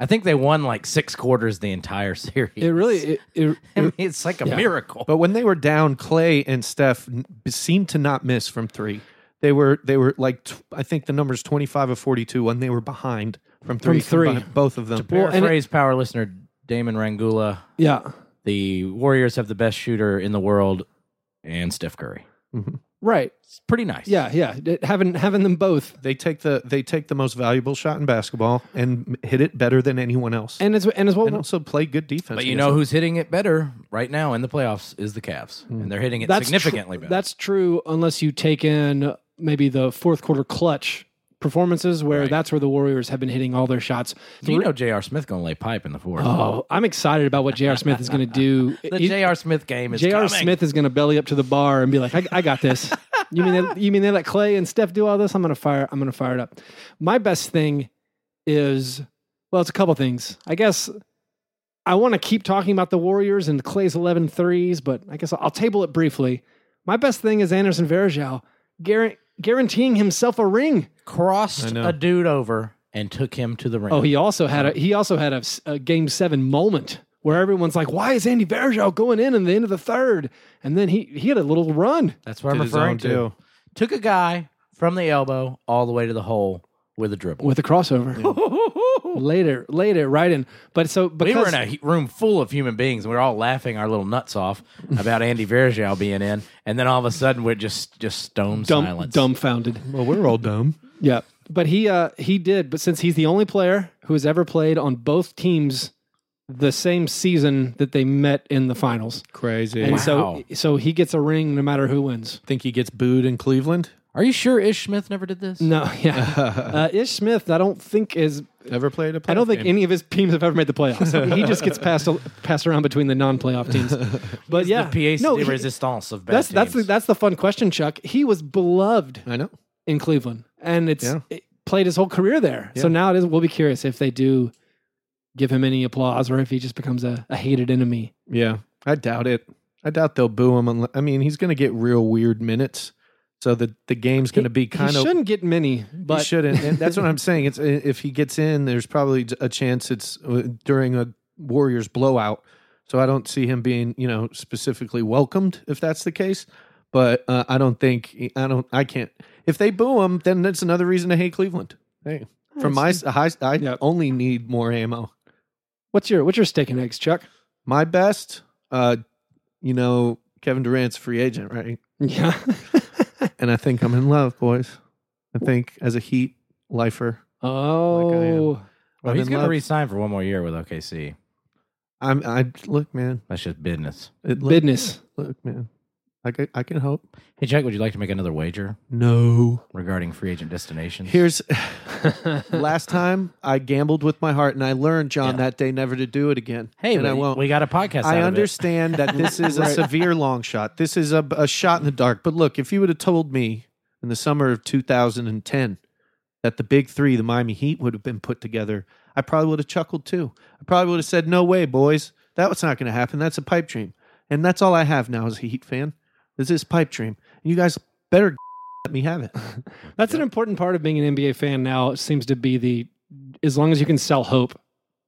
[SPEAKER 3] I think they won like six quarters the entire series.
[SPEAKER 1] It really. It, it,
[SPEAKER 3] I mean,
[SPEAKER 1] it-
[SPEAKER 3] it's like a
[SPEAKER 1] Yeah.
[SPEAKER 3] miracle.
[SPEAKER 2] But when they were down, Clay and Steph n- seemed to not miss from three. They were they were like tw- I think the numbers twenty five of forty two when they were behind from three.
[SPEAKER 1] three.
[SPEAKER 2] combined, both of them.
[SPEAKER 1] Well, and it-
[SPEAKER 3] Paraphrase power listener Damon Rangula.
[SPEAKER 1] yeah.
[SPEAKER 3] The Warriors have the best shooter in the world and Steph Curry.
[SPEAKER 1] Right.
[SPEAKER 3] It's pretty nice.
[SPEAKER 1] Yeah. Yeah. It- having having them both.
[SPEAKER 2] They take the they take the most valuable shot in basketball and m- hit it better than anyone else, and,
[SPEAKER 1] And as and as well.
[SPEAKER 2] also play good defense.
[SPEAKER 3] But you
[SPEAKER 2] against
[SPEAKER 3] know
[SPEAKER 2] them.
[SPEAKER 3] who's hitting it better right now in the playoffs is the Cavs. And they're hitting it
[SPEAKER 1] Hmm. that's tru-
[SPEAKER 3] significantly better.
[SPEAKER 1] That's true, unless you take in maybe the fourth quarter clutch performances, where
[SPEAKER 3] Right.
[SPEAKER 1] that's where the Warriors have been hitting all their shots.
[SPEAKER 3] Do you know J.R. Smith going to lay pipe in the fourth?
[SPEAKER 1] Oh, I'm excited about what J.R. Smith is going to do.
[SPEAKER 3] the
[SPEAKER 1] He-
[SPEAKER 3] J.R. Smith game is
[SPEAKER 1] J.R.
[SPEAKER 3] coming.
[SPEAKER 1] Smith is going to belly up to the bar and be like, "I, I got this." you mean they, you mean they let Clay and Steph do all this? I'm going to fire. I'm going to fire it up. My best thing is, well, it's a couple things. I guess I want to keep talking about the Warriors and Clay's 11 threes, but I guess I'll, I'll table it briefly. My best thing is Anderson Varejao guar- guaranteeing himself a ring.
[SPEAKER 2] I
[SPEAKER 3] crossed
[SPEAKER 2] know.
[SPEAKER 3] a dude over and took him to the ring.
[SPEAKER 1] Oh, he also had a he also had a, s- a game seven moment where everyone's like, "Why is Andy Varejao going in in the end of the third? And then he he had a little run.
[SPEAKER 3] That's what I'm
[SPEAKER 2] Did his
[SPEAKER 3] referring
[SPEAKER 2] own
[SPEAKER 3] to.
[SPEAKER 2] deal.
[SPEAKER 3] Took a guy from the elbow all the way to the hole with a dribble.
[SPEAKER 1] with a crossover later, later, right in. But so
[SPEAKER 3] we
[SPEAKER 1] because
[SPEAKER 3] were in a he- room full of human beings. We were all laughing our little nuts off about Andy Vergeau being in, and then all of a sudden we're just just stone
[SPEAKER 1] dumb,
[SPEAKER 3] silence.
[SPEAKER 1] dumbfounded,
[SPEAKER 2] Well, we're all dumb.
[SPEAKER 1] yeah. But he uh he did. But since he's the only player who has ever played on both teams the same season that they met in the finals,
[SPEAKER 2] Crazy.
[SPEAKER 1] and
[SPEAKER 2] I
[SPEAKER 1] so
[SPEAKER 3] Wow.
[SPEAKER 1] so he gets a ring no matter who wins.
[SPEAKER 2] think he gets booed in Cleveland.
[SPEAKER 3] Are you sure Ish Smith never did this?
[SPEAKER 1] No, yeah. uh, Ish Smith, I don't think is.
[SPEAKER 2] Ever played a playoff
[SPEAKER 1] I don't think
[SPEAKER 2] game?
[SPEAKER 1] any of his teams have ever made the playoffs. he just gets passed passed around between the non-playoff teams. But yeah,
[SPEAKER 3] The PAC
[SPEAKER 1] no,
[SPEAKER 3] de
[SPEAKER 1] he-
[SPEAKER 3] resistance of bad
[SPEAKER 1] that's that's the,
[SPEAKER 3] teams.
[SPEAKER 1] that's the fun question, Chuck. He was beloved
[SPEAKER 2] I know.
[SPEAKER 1] in Cleveland, and it's
[SPEAKER 2] Yeah.
[SPEAKER 1] it played his whole career there. So now it is. We'll be curious if they do give him any applause, or if he just becomes a, a hated enemy.
[SPEAKER 2] Yeah, I doubt it. I doubt they'll boo him. Unless, I mean, he's going to get real weird minutes, so the the game's going to be kind
[SPEAKER 1] he
[SPEAKER 2] of
[SPEAKER 1] shouldn't get many, but
[SPEAKER 2] he shouldn't. And that's what I'm saying. It's if he gets in, there's probably a chance it's uh, during a Warriors blowout. So I don't see him being, you know, specifically welcomed if that's the case. But uh, I don't think I don't I can't. If they boo him, then that's another reason to hate Cleveland. Hey, from my s- high, I
[SPEAKER 1] Yep.
[SPEAKER 2] only need more ammo.
[SPEAKER 1] what's your what's your steak and eggs, Chuck?
[SPEAKER 2] My best, uh, you know, Kevin Durant's free agent, right?
[SPEAKER 1] Yeah,
[SPEAKER 2] And I think I'm in love, boys. I think as a Heat lifer,
[SPEAKER 1] oh,
[SPEAKER 3] well,
[SPEAKER 2] I'm
[SPEAKER 3] he's
[SPEAKER 2] in
[SPEAKER 3] going to
[SPEAKER 2] love.
[SPEAKER 3] re-sign for one more year with OKC.
[SPEAKER 2] I'm I look, man.
[SPEAKER 3] That's just business.
[SPEAKER 2] It look-
[SPEAKER 1] business.
[SPEAKER 2] Look, man, I can, I can hope.
[SPEAKER 3] Hey, Chuck, would you like to make another wager
[SPEAKER 2] No.
[SPEAKER 3] regarding free agent destinations?
[SPEAKER 2] Here's last time I gambled with my heart, and I learned, John, that day never to do it again.
[SPEAKER 3] hey,
[SPEAKER 2] and
[SPEAKER 3] we,
[SPEAKER 2] I won't.
[SPEAKER 3] we got a podcast.
[SPEAKER 2] I
[SPEAKER 3] out of it.
[SPEAKER 2] understand that this is a severe long shot. This is a, a shot in the dark. But look, if you would have told me in the summer of 2010 that the big three, the Miami Heat, would have been put together, I probably would have chuckled too. I probably would have said, "No way, boys, that was not going to happen. That's a pipe dream." And that's all I have now as a Heat fan. This is pipe dream. And you guys better let me have it.
[SPEAKER 1] That's an important part of being an NBA fan. Now it seems to be the as long as you can sell hope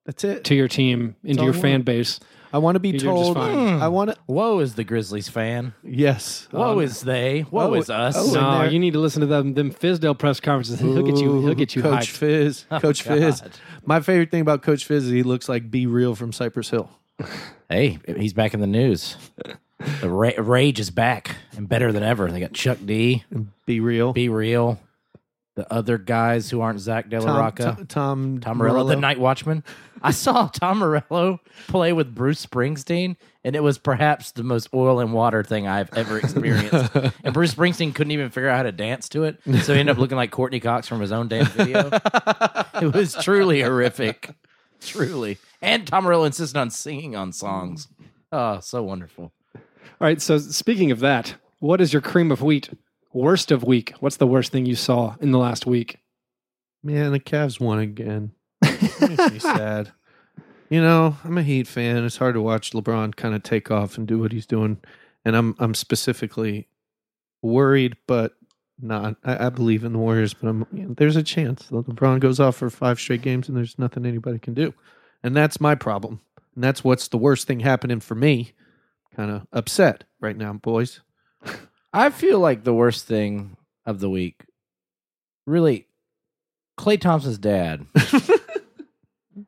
[SPEAKER 2] That's it.
[SPEAKER 1] to your team and to
[SPEAKER 2] all
[SPEAKER 1] your
[SPEAKER 2] I
[SPEAKER 1] fan
[SPEAKER 2] want.
[SPEAKER 1] base.
[SPEAKER 2] I want to be
[SPEAKER 1] You're just
[SPEAKER 2] told.
[SPEAKER 1] fine.
[SPEAKER 2] I want to.
[SPEAKER 3] Woe is the Grizzlies fan.
[SPEAKER 2] Yes. Um,
[SPEAKER 3] Woe is they. Woe
[SPEAKER 2] woe-
[SPEAKER 3] is us.
[SPEAKER 2] oh,
[SPEAKER 1] No,
[SPEAKER 2] there-
[SPEAKER 1] you need to listen to them them Fizdale press conferences. He'll get you. He'll get you hyped.
[SPEAKER 2] Coach
[SPEAKER 1] Oh,
[SPEAKER 2] Fizz. Coach Fizz.
[SPEAKER 3] God.
[SPEAKER 2] My favorite thing about Coach Fizz is he looks like Be Real from Cypress Hill.
[SPEAKER 3] Hey, he's back in the news. The ra- Rage is back and better than ever. They got Chuck D,
[SPEAKER 2] Be real.
[SPEAKER 3] Be Real, the other guys who aren't Zach De La
[SPEAKER 2] Tom,
[SPEAKER 3] Rocca.
[SPEAKER 2] Tom, Tom,
[SPEAKER 3] Tom Morello, the
[SPEAKER 2] Morello.
[SPEAKER 3] Night Watchman. I saw Tom Morello play with Bruce Springsteen, and it was perhaps the most oil and water thing I've ever experienced. and Bruce Springsteen couldn't even figure out how to dance to it, so he ended up looking like Courtney Cox from his own damn video. it was truly horrific, truly. And Tom Morello insisted on singing on songs. Oh, so wonderful.
[SPEAKER 1] All right. So speaking of that, what is your cream of wheat? Worst of week. What's the worst thing you saw in the last week?
[SPEAKER 2] Man, the Cavs won again. Makes me sad. You know, I'm a Heat fan. It's hard to watch LeBron kind of take off and do what he's doing, and I'm I'm specifically worried, but not. I, I believe in the Warriors, but I'm you know, there's a chance that LeBron goes off for five straight games, and there's nothing anybody can do, and that's my problem, and that's what's the worst thing happening for me. Kind of upset right now, boys.
[SPEAKER 3] I feel like the worst thing of the week, really, Clay Thompson's dad. and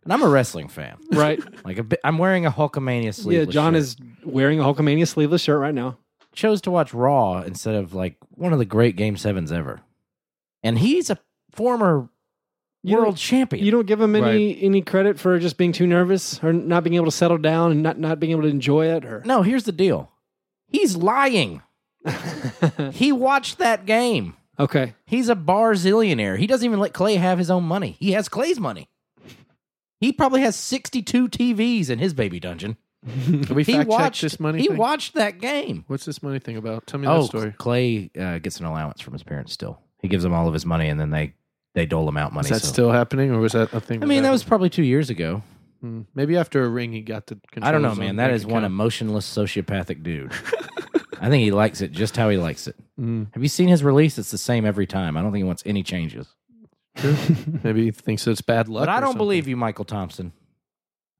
[SPEAKER 3] I'm a wrestling fan.
[SPEAKER 1] Right.
[SPEAKER 3] Like a bi- I'm wearing a Hulkamania
[SPEAKER 1] yeah.
[SPEAKER 3] sleeveless.
[SPEAKER 1] John
[SPEAKER 3] shirt.
[SPEAKER 1] is wearing a Hulkamania sleeveless shirt right now.
[SPEAKER 3] chose to watch Raw instead of like one of the great Game Sevens ever, and he's a former
[SPEAKER 1] You
[SPEAKER 3] world
[SPEAKER 1] don't-
[SPEAKER 3] champion.
[SPEAKER 1] You don't give him any any credit for just being too nervous or not being able to settle down and not not being able to enjoy it or
[SPEAKER 3] no, here's the deal. He's lying. he watched that game.
[SPEAKER 1] okay.
[SPEAKER 3] He's a barzillionaire. He doesn't even let Clay have his own money. He has Clay's money. He probably has 62 TVs in his baby dungeon.
[SPEAKER 2] Can we
[SPEAKER 3] He
[SPEAKER 2] fact
[SPEAKER 3] watched
[SPEAKER 2] check this money?
[SPEAKER 3] He
[SPEAKER 2] thing?
[SPEAKER 3] watched that game.
[SPEAKER 2] What's this money thing about? Tell me
[SPEAKER 3] Oh,
[SPEAKER 2] that story.
[SPEAKER 3] Clay uh, gets an allowance from his parents still. He gives them all of his money and then they they dole him out money.
[SPEAKER 2] Is that
[SPEAKER 3] so-
[SPEAKER 2] still happening, or was that a thing?
[SPEAKER 3] I mean, that was probably 2 years ago.
[SPEAKER 2] Hmm. Maybe after a ring, he got to. Control
[SPEAKER 3] I don't know,
[SPEAKER 2] his own
[SPEAKER 3] man. That
[SPEAKER 2] bank
[SPEAKER 3] is one
[SPEAKER 2] account.
[SPEAKER 3] emotionless sociopathic dude. I think he likes it just how he likes it.
[SPEAKER 2] Mm.
[SPEAKER 3] Have you seen his release? It's the same every time. I don't think he wants any changes.
[SPEAKER 2] Maybe he thinks it's bad luck.
[SPEAKER 3] But I
[SPEAKER 2] or
[SPEAKER 3] don't
[SPEAKER 2] something.
[SPEAKER 3] believe you, Michael Thompson.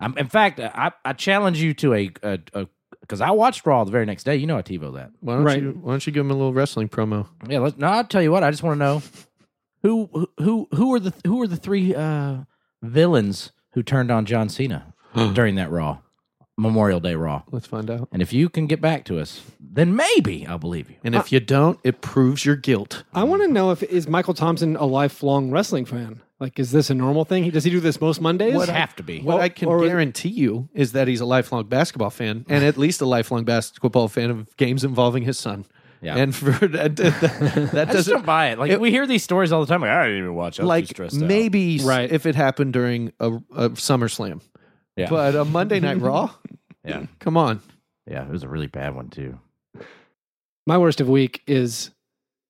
[SPEAKER 3] I'm, in fact, I, I challenge you to a because I watched Raw the very next day. You know I TiVo that.
[SPEAKER 2] Why don't
[SPEAKER 1] Right.
[SPEAKER 2] you? Why don't you give him a little wrestling promo?
[SPEAKER 3] Yeah. Let's, no, I'll tell you what. I just want to know who who who are the who are the three uh, villains who turned on John Cena during that Raw Memorial Day Raw.
[SPEAKER 2] Let's find out.
[SPEAKER 3] And if you can get back to us, then maybe I'll believe you.
[SPEAKER 2] And if you don't, it proves your guilt.
[SPEAKER 1] I
[SPEAKER 3] Mm.
[SPEAKER 1] want to know if is Michael Thompson a lifelong wrestling fan? Like, is this a normal thing? He does he do this most Mondays?
[SPEAKER 3] Would have to be.
[SPEAKER 2] What
[SPEAKER 1] Well,
[SPEAKER 2] I can
[SPEAKER 1] or-
[SPEAKER 2] guarantee you is that he's a lifelong basketball fan, and at least a lifelong basketball fan of games involving his son.
[SPEAKER 3] Yeah.
[SPEAKER 2] And for that, that, that
[SPEAKER 3] I just
[SPEAKER 2] doesn't
[SPEAKER 3] don't buy it. Like we hear these stories all the time. Like, I didn't even watch. I was too
[SPEAKER 2] like
[SPEAKER 3] stressed out."
[SPEAKER 2] maybe s-
[SPEAKER 1] Right.
[SPEAKER 2] if it happened during a, a SummerSlam,
[SPEAKER 3] Yeah.
[SPEAKER 2] but a Monday Night Raw.
[SPEAKER 3] Yeah.
[SPEAKER 2] Come on.
[SPEAKER 3] Yeah, it was a really bad one too.
[SPEAKER 1] My worst of week is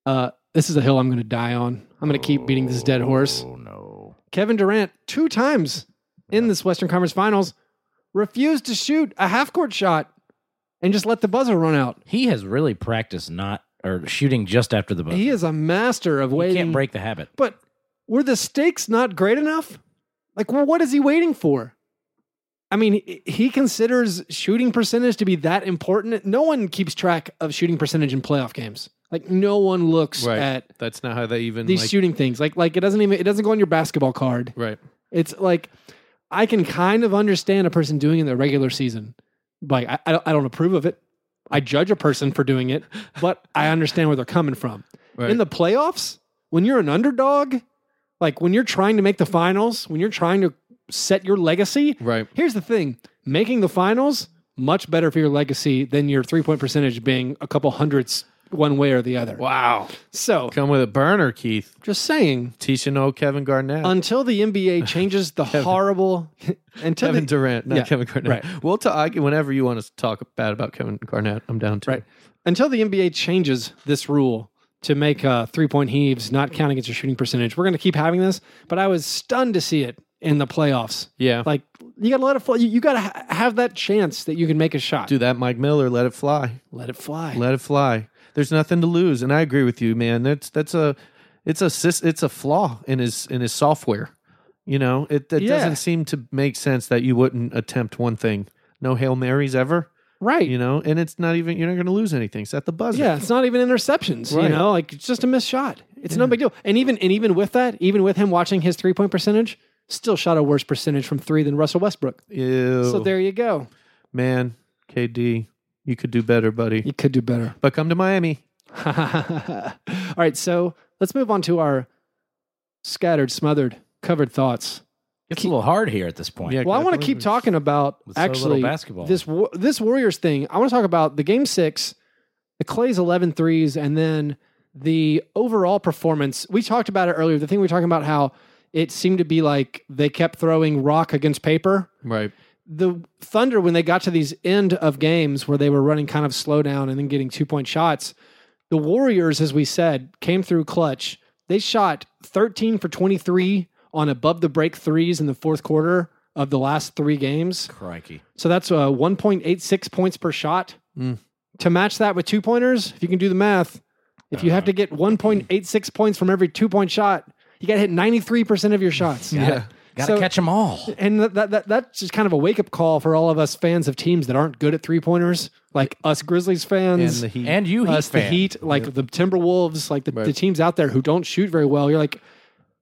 [SPEAKER 1] uh, this is a hill I'm going to die on. I'm going to keep beating this dead horse.
[SPEAKER 3] Oh no.
[SPEAKER 1] Kevin Durant two times in this Western Conference Finals refused to shoot a half court shot and just let the buzzer run out.
[SPEAKER 3] He has really practiced not or shooting just after the buzzer.
[SPEAKER 1] He is a master of
[SPEAKER 3] You
[SPEAKER 1] waiting.
[SPEAKER 3] can't break the habit.
[SPEAKER 1] But were the stakes not great enough? Like, well, what is he waiting for? I mean, he- he considers shooting percentage to be that important. No one keeps track of shooting percentage in playoff games. Like, no one looks
[SPEAKER 2] Right.
[SPEAKER 1] at
[SPEAKER 2] That's not how they even
[SPEAKER 1] these
[SPEAKER 2] like,
[SPEAKER 1] shooting things. Like, like it doesn't even it doesn't go on your basketball card.
[SPEAKER 2] Right.
[SPEAKER 1] It's like I can kind of understand a person doing it in the regular season. Like I, I don't- I don't approve of it. I judge a person for doing it, but I understand where they're coming from.
[SPEAKER 2] Right.
[SPEAKER 1] In the playoffs, when you're an underdog, like when you're trying to make the finals, when you're trying to set your legacy,
[SPEAKER 2] Right.
[SPEAKER 1] here's the thing making the finals, much better for your legacy than your three point percentage being a couple hundreds one way or the other.
[SPEAKER 2] Wow.
[SPEAKER 1] So,
[SPEAKER 2] Come with a burner, Keith.
[SPEAKER 1] just saying,
[SPEAKER 2] Teaching old Kevin Garnett.
[SPEAKER 1] until the NBA changes the horrible, until
[SPEAKER 2] Kevin
[SPEAKER 1] the,
[SPEAKER 2] Durant, not
[SPEAKER 1] Yeah,
[SPEAKER 2] Kevin Garnett.
[SPEAKER 1] right.
[SPEAKER 2] We'll talk whenever you want us to talk bad about Kevin Garnett. I'm down to. it.
[SPEAKER 1] Right. Until the NBA changes this rule to make uh, three point heaves not count against your shooting percentage, we're going to keep having this. But I was stunned to see it in the playoffs.
[SPEAKER 2] Yeah.
[SPEAKER 1] Like, you got to let it fly. You, got to ha- have that chance that you can make a shot.
[SPEAKER 2] Do that, Mike Miller. Let it fly.
[SPEAKER 1] Let it fly.
[SPEAKER 2] Let it fly. There's nothing to lose, and I agree with you, man. That's that's a it's a sys- it's a flaw in his in his software. You know, it, it
[SPEAKER 1] Yeah.
[SPEAKER 2] doesn't seem to make sense that you wouldn't attempt one thing. No hail marys ever.
[SPEAKER 1] right.
[SPEAKER 2] You know, and it's not even you're not going to lose anything. It's at the buzzer.
[SPEAKER 1] yeah, it's not even interceptions. You
[SPEAKER 2] Right.
[SPEAKER 1] know, like it's just a missed shot. It's no big deal. And even and even with that, even with him watching his three point percentage, still shot a worse percentage from three than Russell Westbrook.
[SPEAKER 2] Ew.
[SPEAKER 1] So there you go.
[SPEAKER 2] man, KD, You could do better, buddy.
[SPEAKER 1] You could do better.
[SPEAKER 2] But come to Miami.
[SPEAKER 1] All right, so let's move on to our scattered, smothered, covered thoughts.
[SPEAKER 3] It's a little hard here at this point.
[SPEAKER 2] Yeah.
[SPEAKER 1] Well, I want to
[SPEAKER 2] definitely.
[SPEAKER 1] keep talking about
[SPEAKER 3] With so little
[SPEAKER 1] actually
[SPEAKER 3] basketball.
[SPEAKER 1] this wa- this Warriors thing. I want to talk about the game six, the Clay's 11 threes, and then the overall performance. We talked about it earlier. The thing we were talking about how it seemed to be like they kept throwing rock against paper
[SPEAKER 2] Right.
[SPEAKER 1] the Thunder, when they got to these end of games where they were running kind of slow down and then getting two point shots, the Warriors, as we said, came through clutch. They shot 13 for 23 on above the break threes in the fourth quarter of the last three games.
[SPEAKER 3] Crikey.
[SPEAKER 1] So that's uh, 1.86 points per shot.
[SPEAKER 2] Mm.
[SPEAKER 1] To match that with two pointers, if you can do the math, if you have to get 1.86 points from every two point shot, you got to hit 93% of your shots.
[SPEAKER 2] Yeah.
[SPEAKER 3] Got to
[SPEAKER 1] So-
[SPEAKER 3] 'em catch them all.
[SPEAKER 1] And that, that, that that's just kind of a wake up call for all of us fans of teams that aren't good at three pointers, like us Grizzlies
[SPEAKER 2] And
[SPEAKER 1] fans,
[SPEAKER 2] the Heat.
[SPEAKER 3] And you, Heat
[SPEAKER 1] us the
[SPEAKER 3] fan.
[SPEAKER 1] Heat, like the Timberwolves, like the, the
[SPEAKER 2] Right.
[SPEAKER 1] teams out there who don't shoot very well. You're like,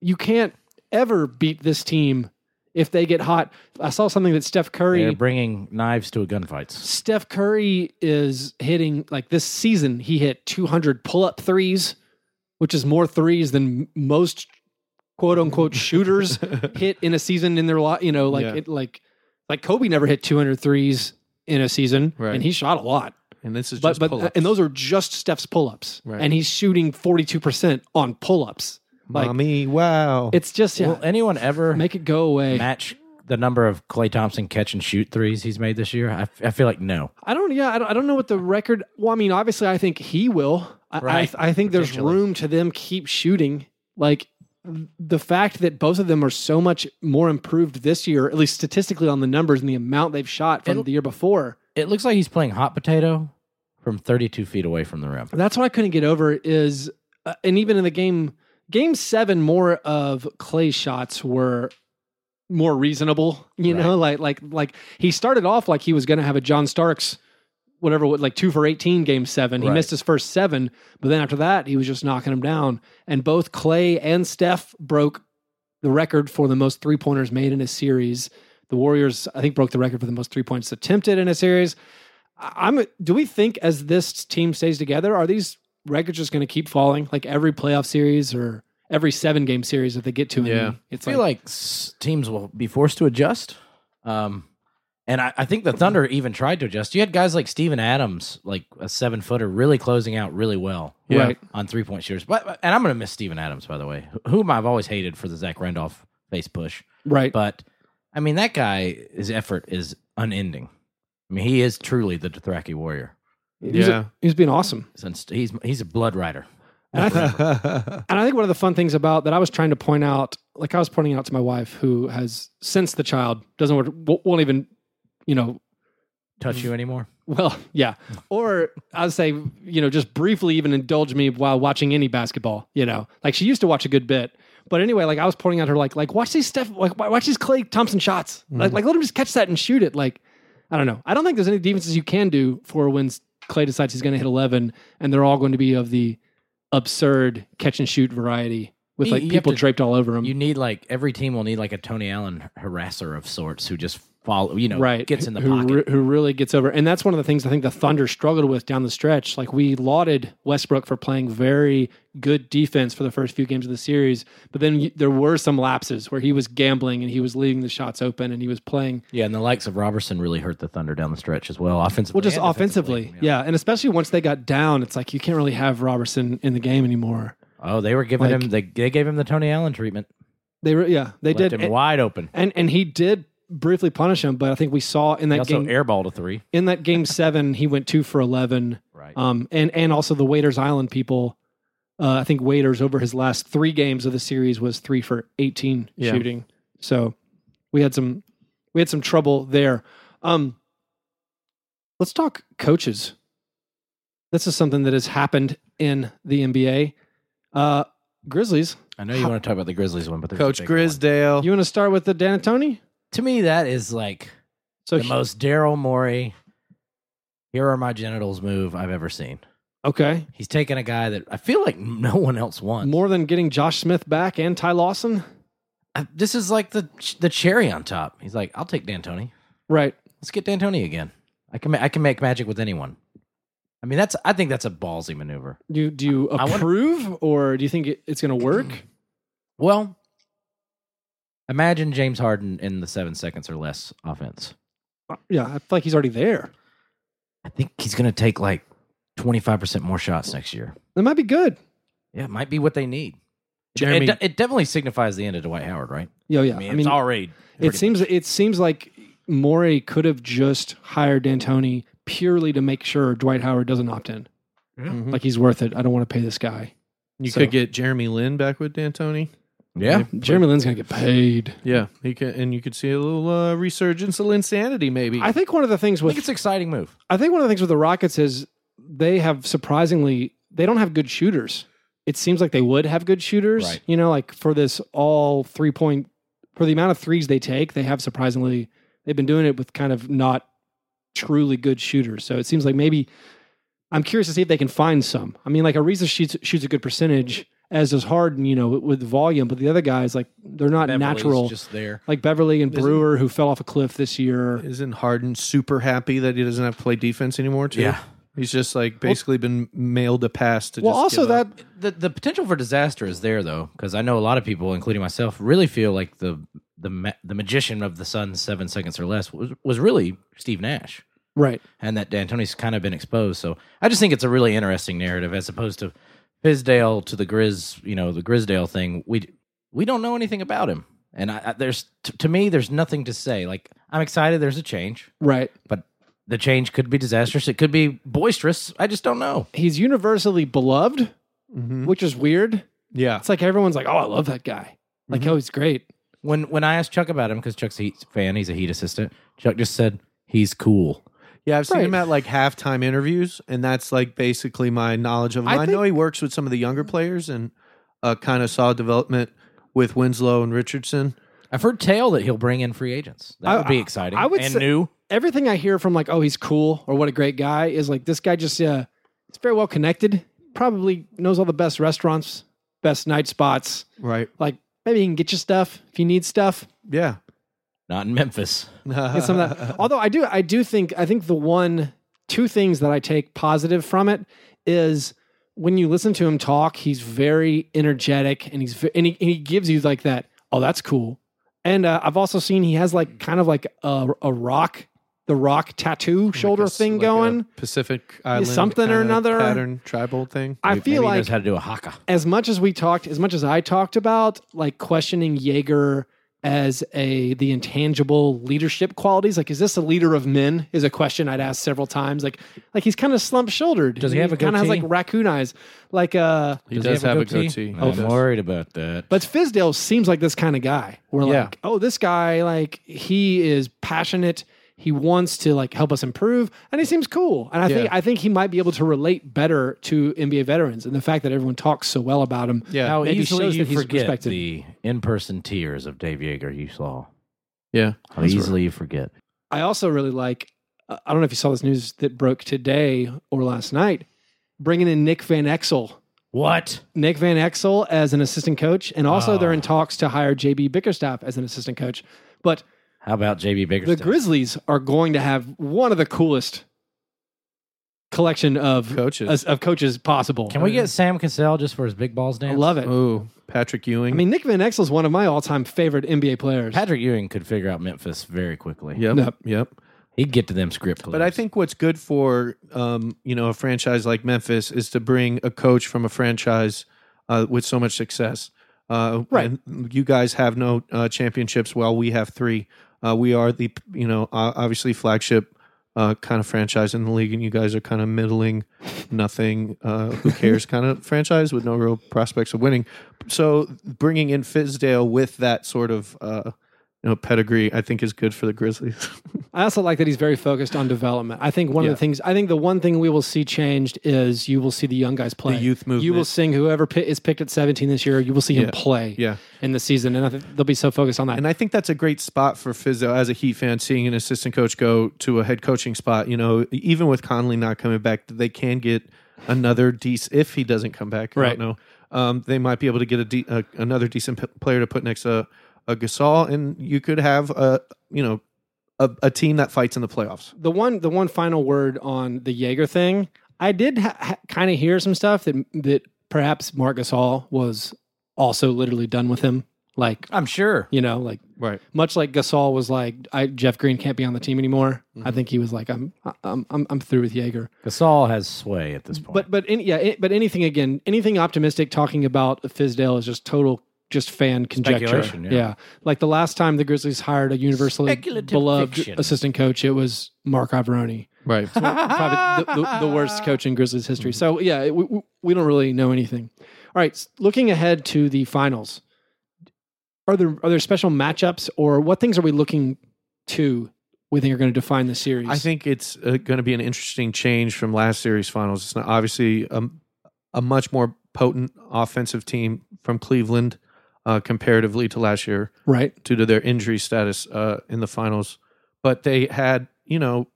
[SPEAKER 1] you can't ever beat this team if they get hot. I saw something that Steph Curry.
[SPEAKER 3] They're bringing knives to a gunfight.
[SPEAKER 1] Steph Curry is hitting like this season. He hit 200 pull-up threes, which is more threes than most quote-unquote shooters hit in a season in their lot. You know, like
[SPEAKER 2] Yeah.
[SPEAKER 1] it, like like Kobe never hit 200 threes in a season,
[SPEAKER 2] Right.
[SPEAKER 1] and he shot a lot.
[SPEAKER 2] And this is
[SPEAKER 1] But
[SPEAKER 2] just
[SPEAKER 1] but
[SPEAKER 2] pull-ups.
[SPEAKER 1] and those are just Steph's pull-ups,
[SPEAKER 2] Right.
[SPEAKER 1] and he's shooting 42 percent on pull-ups. Like
[SPEAKER 2] Mommy, wow.
[SPEAKER 1] it's just yeah,
[SPEAKER 3] Will anyone ever
[SPEAKER 1] make it go away.
[SPEAKER 3] match the number of Clay Thompson catch and shoot threes he's made this year? I, f- I feel like no.
[SPEAKER 1] I don't. Yeah, I don't, I don't know what the record. Well, I mean, obviously, I think he will. I,
[SPEAKER 3] Right,
[SPEAKER 1] I, I think there's
[SPEAKER 3] potentially.
[SPEAKER 1] room to them keep shooting. Like the fact that both of them are so much more improved this year, at least statistically on the numbers and the amount they've shot from
[SPEAKER 3] It'll-
[SPEAKER 1] the year before.
[SPEAKER 3] It looks like he's playing hot potato from 32 feet away from the rim.
[SPEAKER 1] That's what I couldn't get over is, uh, and even in the game, game seven, more of Clay's shots were more reasonable. You
[SPEAKER 3] Right.
[SPEAKER 1] know, like like like he started off like he was going to have a John Starks, whatever, what, like two for eighteen game seven. He
[SPEAKER 3] Right.
[SPEAKER 1] missed his first seven, but then after that, he was just knocking them down. And both Clay and Steph broke the record for the most three pointers made in a series. The Warriors, I think, broke the record for the most three points attempted in a series. I- I'm. Do we think as this team stays together, are these records just going to keep falling? Like every playoff series or every seven game series that they get to? and
[SPEAKER 2] Yeah.
[SPEAKER 1] it's
[SPEAKER 3] I feel like s- teams will be forced to adjust. Um, and I, I think the Thunder even tried to adjust. You had guys like Steven Adams, like a seven footer, really closing out really well
[SPEAKER 2] Yeah.
[SPEAKER 1] right.
[SPEAKER 3] on three point shooters. But but- and I'm going to miss Steven Adams, by the way, wh- whom I've always hated for the Zach Randolph face push.
[SPEAKER 1] Right.
[SPEAKER 3] But I mean, that guy, his effort is unending. I mean, he is truly the Dothraki warrior.
[SPEAKER 1] He's,
[SPEAKER 2] Yeah.
[SPEAKER 1] a, he's been awesome.
[SPEAKER 3] Since he's he's a blood rider.
[SPEAKER 1] And I, th- and I think one of the fun things about that I was trying to point out, like I was pointing out to my wife who has since the child doesn't won't- won't even, you know,
[SPEAKER 3] Touch you anymore?
[SPEAKER 1] Well, yeah. Or I'd say, you know, just briefly even indulge me while watching any basketball, you know. Like she used to watch a good bit. But anyway, like I was pointing out her like like watch these Steph like wa- watch these Clay Thompson shots. Like
[SPEAKER 3] Mm-hmm.
[SPEAKER 1] like let him just catch that and shoot it. Like I don't know. I don't think there's any defenses you can do for when s- Clay decides he's going to hit 11 and they're all going to be of the absurd catch and shoot variety with
[SPEAKER 3] You-
[SPEAKER 1] like
[SPEAKER 3] you have
[SPEAKER 1] people
[SPEAKER 3] to-
[SPEAKER 1] draped all over him.
[SPEAKER 3] You need like every team will need like a Tony Allen harasser of sorts who just follow, you know,
[SPEAKER 1] right
[SPEAKER 3] gets in the
[SPEAKER 1] who,
[SPEAKER 3] pocket.
[SPEAKER 1] re- who really gets over and that's one of the things i think the thunder struggled with down the stretch like we lauded westbrook for playing very good defense for the first few games of the series but then y there were some lapses where he was gambling and he was leaving the shots open and he was playing
[SPEAKER 3] yeah, and the likes of Robertson really hurt the Thunder down the stretch as well, offensively.
[SPEAKER 1] well just
[SPEAKER 3] and
[SPEAKER 1] offensively yeah. and especially once they got down it's like you can't really have robertson in the game anymore
[SPEAKER 3] Oh, they were giving
[SPEAKER 1] Like-
[SPEAKER 3] him they, they gave him the Tony Allen treatment.
[SPEAKER 1] they were yeah they
[SPEAKER 3] Left
[SPEAKER 1] did
[SPEAKER 3] him
[SPEAKER 1] and,
[SPEAKER 3] wide open.
[SPEAKER 1] and and he did briefly punish him but i think we saw in
[SPEAKER 3] He
[SPEAKER 1] that
[SPEAKER 3] also
[SPEAKER 1] game
[SPEAKER 3] airballed a three.
[SPEAKER 1] in that game 7 he went 2 for 11
[SPEAKER 3] Right.
[SPEAKER 1] um, and and also the Waiters Island people. Uh, I think Waiters over his last three games of the series was three for eighteen
[SPEAKER 2] Yeah.
[SPEAKER 1] shooting. So we had some we had some trouble there. Um, let's talk coaches. This is something that has happened in the NBA. Uh, Grizzlies.
[SPEAKER 3] I know you want to talk about the Grizzlies one, but there's a
[SPEAKER 2] Coach
[SPEAKER 3] big one.
[SPEAKER 2] Grisdale.
[SPEAKER 1] You want to start with the D'Antoni?
[SPEAKER 3] To me, that is like
[SPEAKER 1] So
[SPEAKER 3] the
[SPEAKER 1] he-
[SPEAKER 3] most Daryl Morey. Here are my genitals move I've ever seen.
[SPEAKER 1] okay,
[SPEAKER 3] He's taken a guy that I feel like no one else wants.
[SPEAKER 1] more than getting Josh Smith back and Ty Lawson.
[SPEAKER 3] I- this is like the the cherry on top. He's like, I'll take D'Antoni.
[SPEAKER 1] Right.
[SPEAKER 3] Let's get D'Antoni again. I can ma- I can make magic with anyone. I mean, that's I think that's a ballsy maneuver.
[SPEAKER 1] Do you, do you
[SPEAKER 3] I wonder-
[SPEAKER 1] approve, or do you think it, it's going to work?
[SPEAKER 3] Well, imagine James Harden in the seven seconds or less offense.
[SPEAKER 1] yeah, I feel like he's already there.
[SPEAKER 3] I think he's going to take like twenty five percent more shots next year.
[SPEAKER 1] That might be good.
[SPEAKER 3] Yeah, it might be what they need. It-
[SPEAKER 2] Jeremy-
[SPEAKER 3] it, de- it definitely signifies the end of Dwight Howard, right?
[SPEAKER 1] Yeah, yeah.
[SPEAKER 3] I mean, it's already.
[SPEAKER 1] it seems it seems like Morey could have just hired D'Antoni purely to make sure Dwight Howard doesn't opt in. Mm-hmm.
[SPEAKER 2] Mhm.
[SPEAKER 1] Like he's worth it. I don't want to pay this guy.
[SPEAKER 2] You
[SPEAKER 1] So-
[SPEAKER 2] could get Jeremy Lin back with D'Antoni.
[SPEAKER 3] yeah.
[SPEAKER 1] Jeremy Lin's gonna get paid.
[SPEAKER 2] Yeah, he can, and you could see a little uh, resurgence of insanity, maybe.
[SPEAKER 1] I think one of the things
[SPEAKER 3] I
[SPEAKER 1] with
[SPEAKER 3] think it's an exciting move.
[SPEAKER 1] I think one of the things with the Rockets is they have surprisingly they don't have good shooters. It seems like they would have good shooters.
[SPEAKER 3] Right.
[SPEAKER 1] You know, like for this all three point for the amount of threes they take, they have surprisingly they've been doing it with kind of not truly good shooters. So it seems like maybe I'm curious to see if they can find some. I mean, like Ariza shoots shoots a good percentage, as does Harden, you know, with volume, but the other guys like they're not
[SPEAKER 3] Beverly's
[SPEAKER 1] natural.
[SPEAKER 3] just there.
[SPEAKER 1] like Beverly and
[SPEAKER 2] Isn't-
[SPEAKER 1] Brewer, who fell off a cliff this year.
[SPEAKER 2] Isn't Harden super happy that he doesn't have to play defense anymore? Too?
[SPEAKER 3] Yeah.
[SPEAKER 2] he's just like basically been mailed a pass to.
[SPEAKER 1] Well,
[SPEAKER 2] just
[SPEAKER 1] also
[SPEAKER 2] give up.
[SPEAKER 1] that
[SPEAKER 3] the the potential for disaster is there though, because I know a lot of people, including myself, really feel like the the ma- the magician of the sun's seven seconds or less was, was really Steve Nash,
[SPEAKER 1] right.
[SPEAKER 3] and that D'Antoni's kind of been exposed. So I just think it's a really interesting narrative as opposed to Fizdale to the Grizz, you know, the Grizdale thing. We we don't know anything about him, and I, I, there's t- to me there's nothing to say. Like I'm excited, there's a change,
[SPEAKER 1] Right.
[SPEAKER 3] but the change could be disastrous. It could be boisterous. I just don't know.
[SPEAKER 1] he's universally beloved,
[SPEAKER 2] Mhm.
[SPEAKER 1] which is weird.
[SPEAKER 2] yeah,
[SPEAKER 1] It's like everyone's like, "Oh, I love that guy." Like,
[SPEAKER 2] Mm-hmm.
[SPEAKER 1] oh, he's great.
[SPEAKER 3] When when I asked Chuck about him because Chuck's a Heat fan, he's a Heat assistant. Chuck just said he's cool.
[SPEAKER 2] yeah. I've seen
[SPEAKER 1] Right.
[SPEAKER 2] him at like halftime interviews, and that's like basically my knowledge of him.
[SPEAKER 1] I
[SPEAKER 2] I, know he works with some of the younger players, and uh, kind of saw development with Winslow and Richardson.
[SPEAKER 3] I've heard tale that he'll bring in free agents. That
[SPEAKER 1] I-
[SPEAKER 3] would be
[SPEAKER 1] I-
[SPEAKER 3] exciting.
[SPEAKER 1] I would
[SPEAKER 3] and
[SPEAKER 1] say-
[SPEAKER 3] new.
[SPEAKER 1] Everything I hear from like, "Oh, he's cool" or "What a great guy" is like this guy just uh, it's very well connected. Probably knows all the best restaurants, best night spots.
[SPEAKER 2] Right.
[SPEAKER 1] Like, maybe he can get you stuff if you need stuff.
[SPEAKER 2] Yeah.
[SPEAKER 3] Not in Memphis.
[SPEAKER 1] Get some of that. Although I do, I do think I think the one two things that I take positive from it is when you listen to him talk, he's very energetic and he's ve- and he, and he gives you like that. Oh, that's cool. And uh, I've also seen he has like kind of like a, a rock, the rock tattoo shoulder
[SPEAKER 2] Like a-
[SPEAKER 1] thing
[SPEAKER 2] like a
[SPEAKER 1] going.
[SPEAKER 2] Pacific Island
[SPEAKER 1] something or
[SPEAKER 2] kinda
[SPEAKER 1] another.
[SPEAKER 2] pattern tribal thing.
[SPEAKER 1] I
[SPEAKER 3] Maybe-
[SPEAKER 1] feel
[SPEAKER 3] maybe he
[SPEAKER 1] like
[SPEAKER 3] knows how to do a haka.
[SPEAKER 1] as much as we talked, as much as I talked about like questioning Jaeger as a the intangible leadership qualities, like is this a leader of men? Is a question I'd asked several times. Like like he's kind of slump shouldered.
[SPEAKER 3] Does he have a
[SPEAKER 1] kind of has like
[SPEAKER 3] goatee?
[SPEAKER 1] raccoon eyes? Like uh
[SPEAKER 2] He does, have, a goatee.
[SPEAKER 1] Oh,
[SPEAKER 3] I'm worried about that.
[SPEAKER 1] but Fizdale seems like this kind of guy. We're
[SPEAKER 2] Yeah.
[SPEAKER 1] like, oh, this guy, like, he is passionate. He wants to like help us improve, and he seems cool. And I think
[SPEAKER 2] Yeah.
[SPEAKER 1] I think he might be able to relate better to NBA veterans, and the fact that everyone talks so well about him.
[SPEAKER 2] Yeah.
[SPEAKER 3] How
[SPEAKER 1] maybe
[SPEAKER 3] easily
[SPEAKER 1] shows
[SPEAKER 3] you
[SPEAKER 1] that he's
[SPEAKER 3] forget
[SPEAKER 1] respected.
[SPEAKER 3] the in-person tears of Dave Yeager you saw.
[SPEAKER 2] Yeah.
[SPEAKER 3] How easily you forget.
[SPEAKER 1] I also really like. uh, I don't know if you saw this news that broke today or last night, bringing in Nick Van Exel.
[SPEAKER 3] What?
[SPEAKER 1] Nick Van Exel as an assistant coach, and also
[SPEAKER 3] Ah.
[SPEAKER 1] they're in talks to hire JB Bickerstaff as an assistant coach. But
[SPEAKER 3] How about JB
[SPEAKER 1] the
[SPEAKER 3] Biggerstaff?
[SPEAKER 1] Grizzlies are going to have one of the coolest collection of
[SPEAKER 2] Coaches.
[SPEAKER 1] as- of coaches possible.
[SPEAKER 3] Can we get Sam Cassell just for his big balls
[SPEAKER 1] I
[SPEAKER 3] dance?
[SPEAKER 1] love it.
[SPEAKER 2] Oh, Patrick Ewing.
[SPEAKER 1] I mean, Nick Van Exel is one of my all-time favorite NBA players.
[SPEAKER 3] Patrick Ewing could figure out Memphis very quickly.
[SPEAKER 2] yep.
[SPEAKER 1] Yep.
[SPEAKER 2] Yep.
[SPEAKER 3] He'd get to them script
[SPEAKER 2] But I think what's good for um, you know a franchise like Memphis is to bring a coach from a franchise uh, with so much success. Uh,
[SPEAKER 1] Right.
[SPEAKER 2] and You guys have no uh, championships. Well, we have three. Uh, we are the you know uh, obviously flagship uh, kind of franchise in the league, and you guys are kind of middling, nothing, uh, who cares kind of franchise with no real prospects of winning. So bringing in Fizdale with that sort of uh, you know pedigree, I think is good for the Grizzlies.
[SPEAKER 1] I also like that he's very focused on development. I think one of
[SPEAKER 2] Yeah.
[SPEAKER 1] the things I think the one thing we will see changed is you will see the young guys play.
[SPEAKER 2] The youth
[SPEAKER 1] You will
[SPEAKER 2] movement.
[SPEAKER 1] sing whoever pi is picked at 17 this year, you will see him
[SPEAKER 2] Yeah.
[SPEAKER 1] play
[SPEAKER 2] Yeah.
[SPEAKER 1] in the season and I think they'll be so focused on that.
[SPEAKER 2] And I think that's a great spot for Fizzo as a Heat fan, seeing an assistant coach go to a head coaching spot. You know, even with Conley not coming back, they can get another decent if he doesn't come back. I
[SPEAKER 1] Right.
[SPEAKER 2] don't know. Um, they might be able to get a, de- a another decent p- player to put next to a Gasol, and you could have a you know a, a team that fights in the playoffs.
[SPEAKER 1] the one the one final word on the Jaeger thing. I did ha- ha- kind of hear some stuff that that perhaps Marcus Hall was also literally done with him. Like
[SPEAKER 3] I'm sure.
[SPEAKER 1] you know, like
[SPEAKER 2] Right.
[SPEAKER 1] much like Gasol was like, I, Jeff Green can't be on the team anymore.
[SPEAKER 3] Mm-hmm.
[SPEAKER 1] I think he was like, I'm I'm I'm, I'm through with Jaeger.
[SPEAKER 3] Gasol has sway at this point.
[SPEAKER 1] But but any, yeah, it, but anything again, anything optimistic talking about Fizdale is just total just fan conjecture.
[SPEAKER 3] Speculation, yeah.
[SPEAKER 1] like the last time the Grizzlies hired a universally
[SPEAKER 3] Speculative
[SPEAKER 1] beloved
[SPEAKER 3] fiction.
[SPEAKER 1] assistant coach, it was Mark Ivoroni,
[SPEAKER 2] Right.
[SPEAKER 1] probably the, the, the worst coach in Grizzlies history. So yeah, it- we, we- we don't really know anything. All right, s- looking ahead to the finals, are there are there special matchups or what things are we looking to? We think are going to define the series.
[SPEAKER 2] I think it's uh, going to be an interesting change from last series finals. It's not, obviously um, a much more potent offensive team from Cleveland uh, comparatively to last year
[SPEAKER 1] right.
[SPEAKER 2] due to their injury status uh, in the finals. But they had, you know,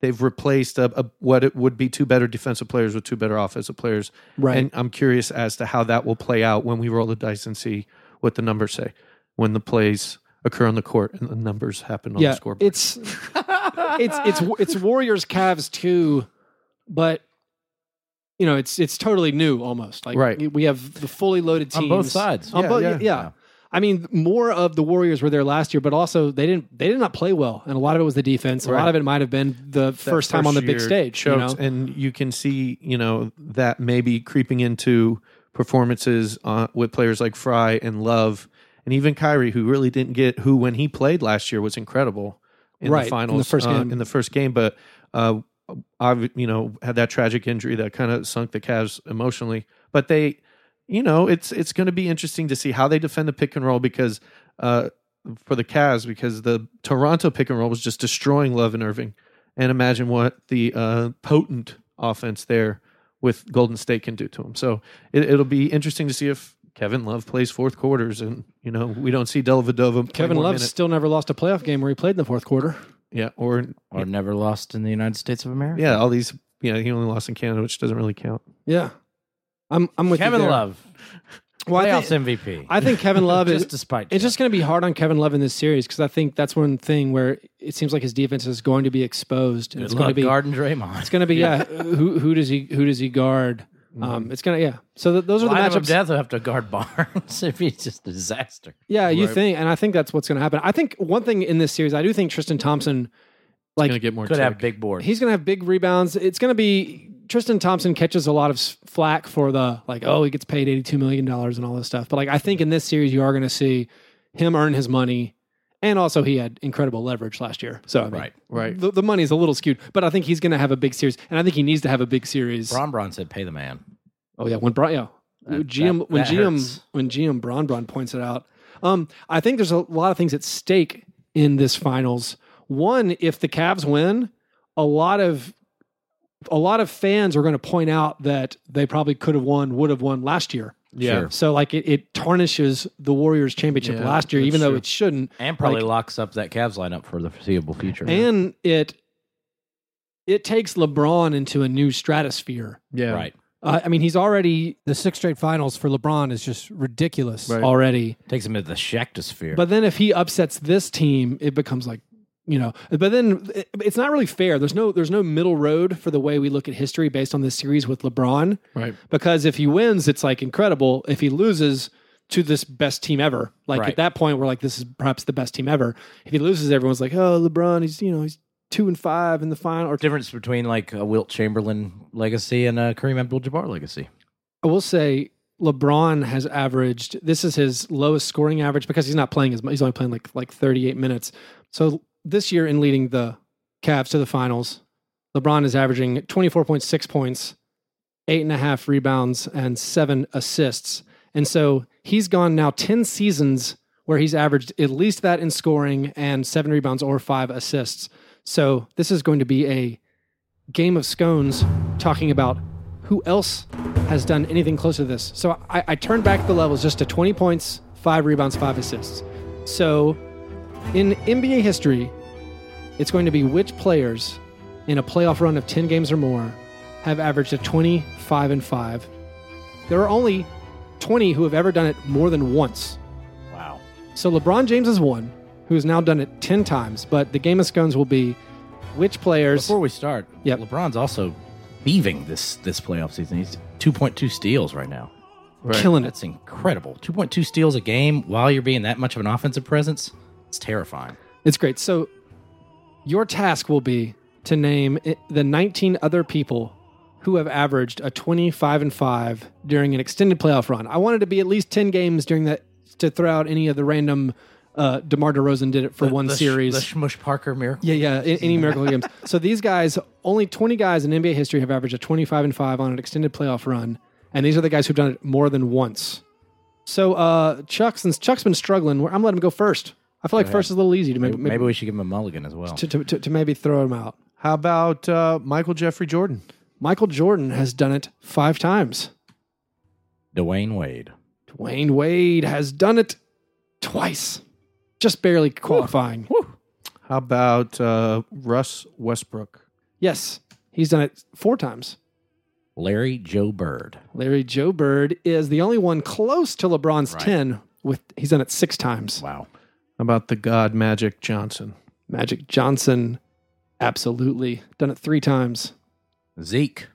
[SPEAKER 2] they've replaced a, a, what it would be two better defensive players with two better offensive players.
[SPEAKER 1] Right.
[SPEAKER 2] And I'm curious as to how that will play out when we roll the dice and see what the numbers say when the plays occur on the court and the numbers happen on the scoreboard.
[SPEAKER 1] It's it's it's it's Warriors Cavs too, but you know it's it's totally new almost. Like
[SPEAKER 2] Right.
[SPEAKER 1] we have the fully loaded teams
[SPEAKER 3] On both sides.
[SPEAKER 1] On
[SPEAKER 2] Yeah,
[SPEAKER 1] both- yeah,
[SPEAKER 2] yeah.
[SPEAKER 1] I mean, more of the Warriors were there last year, but also they didn't they did not play well, and a lot of it was the defense. A lot
[SPEAKER 2] Right.
[SPEAKER 1] of it might have been the
[SPEAKER 2] that
[SPEAKER 1] first, time on the big
[SPEAKER 2] year
[SPEAKER 1] stage. You know?
[SPEAKER 2] chokes, and you can see you know that maybe creeping into performances uh, with players like Fry and Love, and even Kyrie, who really didn't get who when he played last year was incredible in
[SPEAKER 1] Right, in
[SPEAKER 2] the
[SPEAKER 1] the
[SPEAKER 2] finals
[SPEAKER 1] first
[SPEAKER 2] uh,
[SPEAKER 1] game.
[SPEAKER 2] in the first game, but uh, I you know had that tragic injury that kind of sunk the Cavs emotionally, but they. You know, it's it's going to be interesting to see how they defend the pick and roll because uh, for the Cavs because the Toronto pick and roll was just destroying Love and Irving. And imagine what the uh, potent offense there with Golden State can do to him. So it, it'll be interesting to see if Kevin Love plays fourth quarters, and you know we don't see Dellavedova. play
[SPEAKER 1] Kevin
[SPEAKER 2] more
[SPEAKER 1] Love
[SPEAKER 2] minutes.
[SPEAKER 1] still never lost a playoff game where he played in the fourth quarter.
[SPEAKER 2] yeah, or
[SPEAKER 3] Or never lost in the United States of America.
[SPEAKER 2] yeah, all these. Yeah, he only lost in Canada, which doesn't really count.
[SPEAKER 1] Yeah, I'm I'm with you
[SPEAKER 3] Kevin
[SPEAKER 1] there.
[SPEAKER 3] Love,
[SPEAKER 1] Well, I
[SPEAKER 3] playoffs
[SPEAKER 1] think,
[SPEAKER 3] MVP.
[SPEAKER 1] I think Kevin Love is
[SPEAKER 3] just despite
[SPEAKER 1] It's just going to be hard on Kevin Love in this series because I think that's one thing where it seems like his defense is going to be exposed, and
[SPEAKER 3] Good
[SPEAKER 1] it's going to
[SPEAKER 3] luck
[SPEAKER 1] be
[SPEAKER 3] guarding Draymond.
[SPEAKER 1] it's going to be yeah. who who does he who does he guard? Um, it's going to yeah. So th- those are the
[SPEAKER 3] Mm-hmm. Line
[SPEAKER 1] matchups.
[SPEAKER 3] of death will have to guard Barnes if he's just a disaster.
[SPEAKER 1] Yeah, you think, and I think that's what's going to happen. I think one thing in this series, I do think Tristan Thompson, like
[SPEAKER 2] Gonna get more.
[SPEAKER 3] Could have
[SPEAKER 2] tech.
[SPEAKER 3] big board.
[SPEAKER 1] he's going to have big rebounds. It's going to be Tristan Thompson catches a lot of s- flack for the like, oh, he gets paid eighty two million dollars and all this stuff. But like, I think in this series, you are going to see him earn his money, and also he had incredible leverage last year. So I mean,
[SPEAKER 3] Right.
[SPEAKER 2] right.
[SPEAKER 1] the, the money is a little skewed, but I think he's going to have a big series, and I think he needs to have a big series.
[SPEAKER 3] Bron Bron said, "Pay the man."
[SPEAKER 1] Oh yeah, when Bron, yeah,
[SPEAKER 3] That-
[SPEAKER 1] GM
[SPEAKER 3] that-
[SPEAKER 1] when
[SPEAKER 3] that
[SPEAKER 1] GM
[SPEAKER 3] hurts.
[SPEAKER 1] when GM Bron Bron points it out. Um, I think there's a lot of things at stake in this finals. One, if the Cavs win, a lot of a lot of fans are going to point out that they probably could have won, would have won last year.
[SPEAKER 2] Yeah.
[SPEAKER 3] Sure.
[SPEAKER 1] So like it, it tarnishes the Warriors championship
[SPEAKER 2] Yeah,
[SPEAKER 1] last year,
[SPEAKER 2] that's
[SPEAKER 1] even though
[SPEAKER 2] true.
[SPEAKER 1] it shouldn't.
[SPEAKER 3] And probably
[SPEAKER 1] Like-
[SPEAKER 3] locks up that Cavs lineup for the foreseeable future.
[SPEAKER 1] And it it takes LeBron into a new stratosphere.
[SPEAKER 2] Yeah,
[SPEAKER 3] right,
[SPEAKER 1] Uh, I mean, he's already
[SPEAKER 4] The six straight finals for LeBron is just ridiculous.
[SPEAKER 2] Right.
[SPEAKER 1] already
[SPEAKER 3] takes him to the Shaktosphere.
[SPEAKER 1] But then if he upsets this team, it becomes like, you know. But then it- it's not really fair. There's no there's no middle road for the way we look at history based on this series with LeBron.
[SPEAKER 2] Right.
[SPEAKER 1] Because if he wins, it's like incredible. If he loses to this best team ever, like
[SPEAKER 3] Right.
[SPEAKER 1] at that point, we're like, this is perhaps the best team ever. If he loses, everyone's like, oh, LeBron, he's you know he's two and five in the final. Or
[SPEAKER 3] difference between like a Wilt Chamberlain legacy and a Kareem Abdul-Jabbar legacy.
[SPEAKER 1] I will say LeBron has averaged. This is his lowest scoring average because he's not playing as much. He's only playing like like 38 minutes. So this year, in leading the Cavs to the finals, LeBron is averaging 24.6 points, eight and a half rebounds, and seven assists. And so he's gone now 10 seasons where he's averaged at least that in scoring and seven rebounds or five assists. So this is going to be a game of scones talking about who else has done anything close to this. So I, I turned back the levels just to 20 points, five rebounds, five assists. So in NBA history, it's going to be which players in a playoff run of 10 games or more have averaged a 25 and 5. There are only 20 who have ever done it more than once.
[SPEAKER 3] Wow.
[SPEAKER 1] So LeBron James is one who has now done it 10 times, but the game of scones will be which players
[SPEAKER 3] Before we start,
[SPEAKER 1] Yep.
[SPEAKER 3] LeBron's also thieving this this playoff season. He's 2.2 steals right now.
[SPEAKER 1] Killing it.
[SPEAKER 3] That's incredible. 2.2 steals a game while you're being that much of an offensive presence. It's terrifying.
[SPEAKER 1] It's great. So, your task will be to name i- the 19 other people who have averaged a 25 and 5 during an extended playoff run. I wanted to be at least 10 games during that to throw out any of the random. Uh, DeMar DeRozan did it for one
[SPEAKER 3] The sh-
[SPEAKER 1] series.
[SPEAKER 3] the Schmush Parker miracle.
[SPEAKER 1] Yeah, yeah. a- Any miracle games. So these guys, only 20 guys in NBA history have averaged a 25 and 5 on an extended playoff run. And these are the guys who've done it more than once. So uh, Chuck, since Chuck's been struggling, we're- I'm letting him go first. I feel like first is a little easy to maybe,
[SPEAKER 3] Maybe,
[SPEAKER 1] maybe,
[SPEAKER 3] we should give him a mulligan as well.
[SPEAKER 1] to, to, to, to maybe throw him out.
[SPEAKER 2] How about uh, Michael Jeffrey Jordan?
[SPEAKER 1] Michael Jordan has done it five times.
[SPEAKER 3] Dwayne Wade.
[SPEAKER 1] Dwayne Wade has done it twice, just barely qualifying.
[SPEAKER 2] How about uh, Russ Westbrook?
[SPEAKER 1] Yes, he's done it four times.
[SPEAKER 3] Larry Joe Bird.
[SPEAKER 1] Larry Joe Bird is the only one close to LeBron's 10 with he's done it 6 times.
[SPEAKER 3] Wow.
[SPEAKER 2] How about the God Magic Johnson?
[SPEAKER 1] Magic Johnson absolutely done it 3 times.
[SPEAKER 3] Zeke.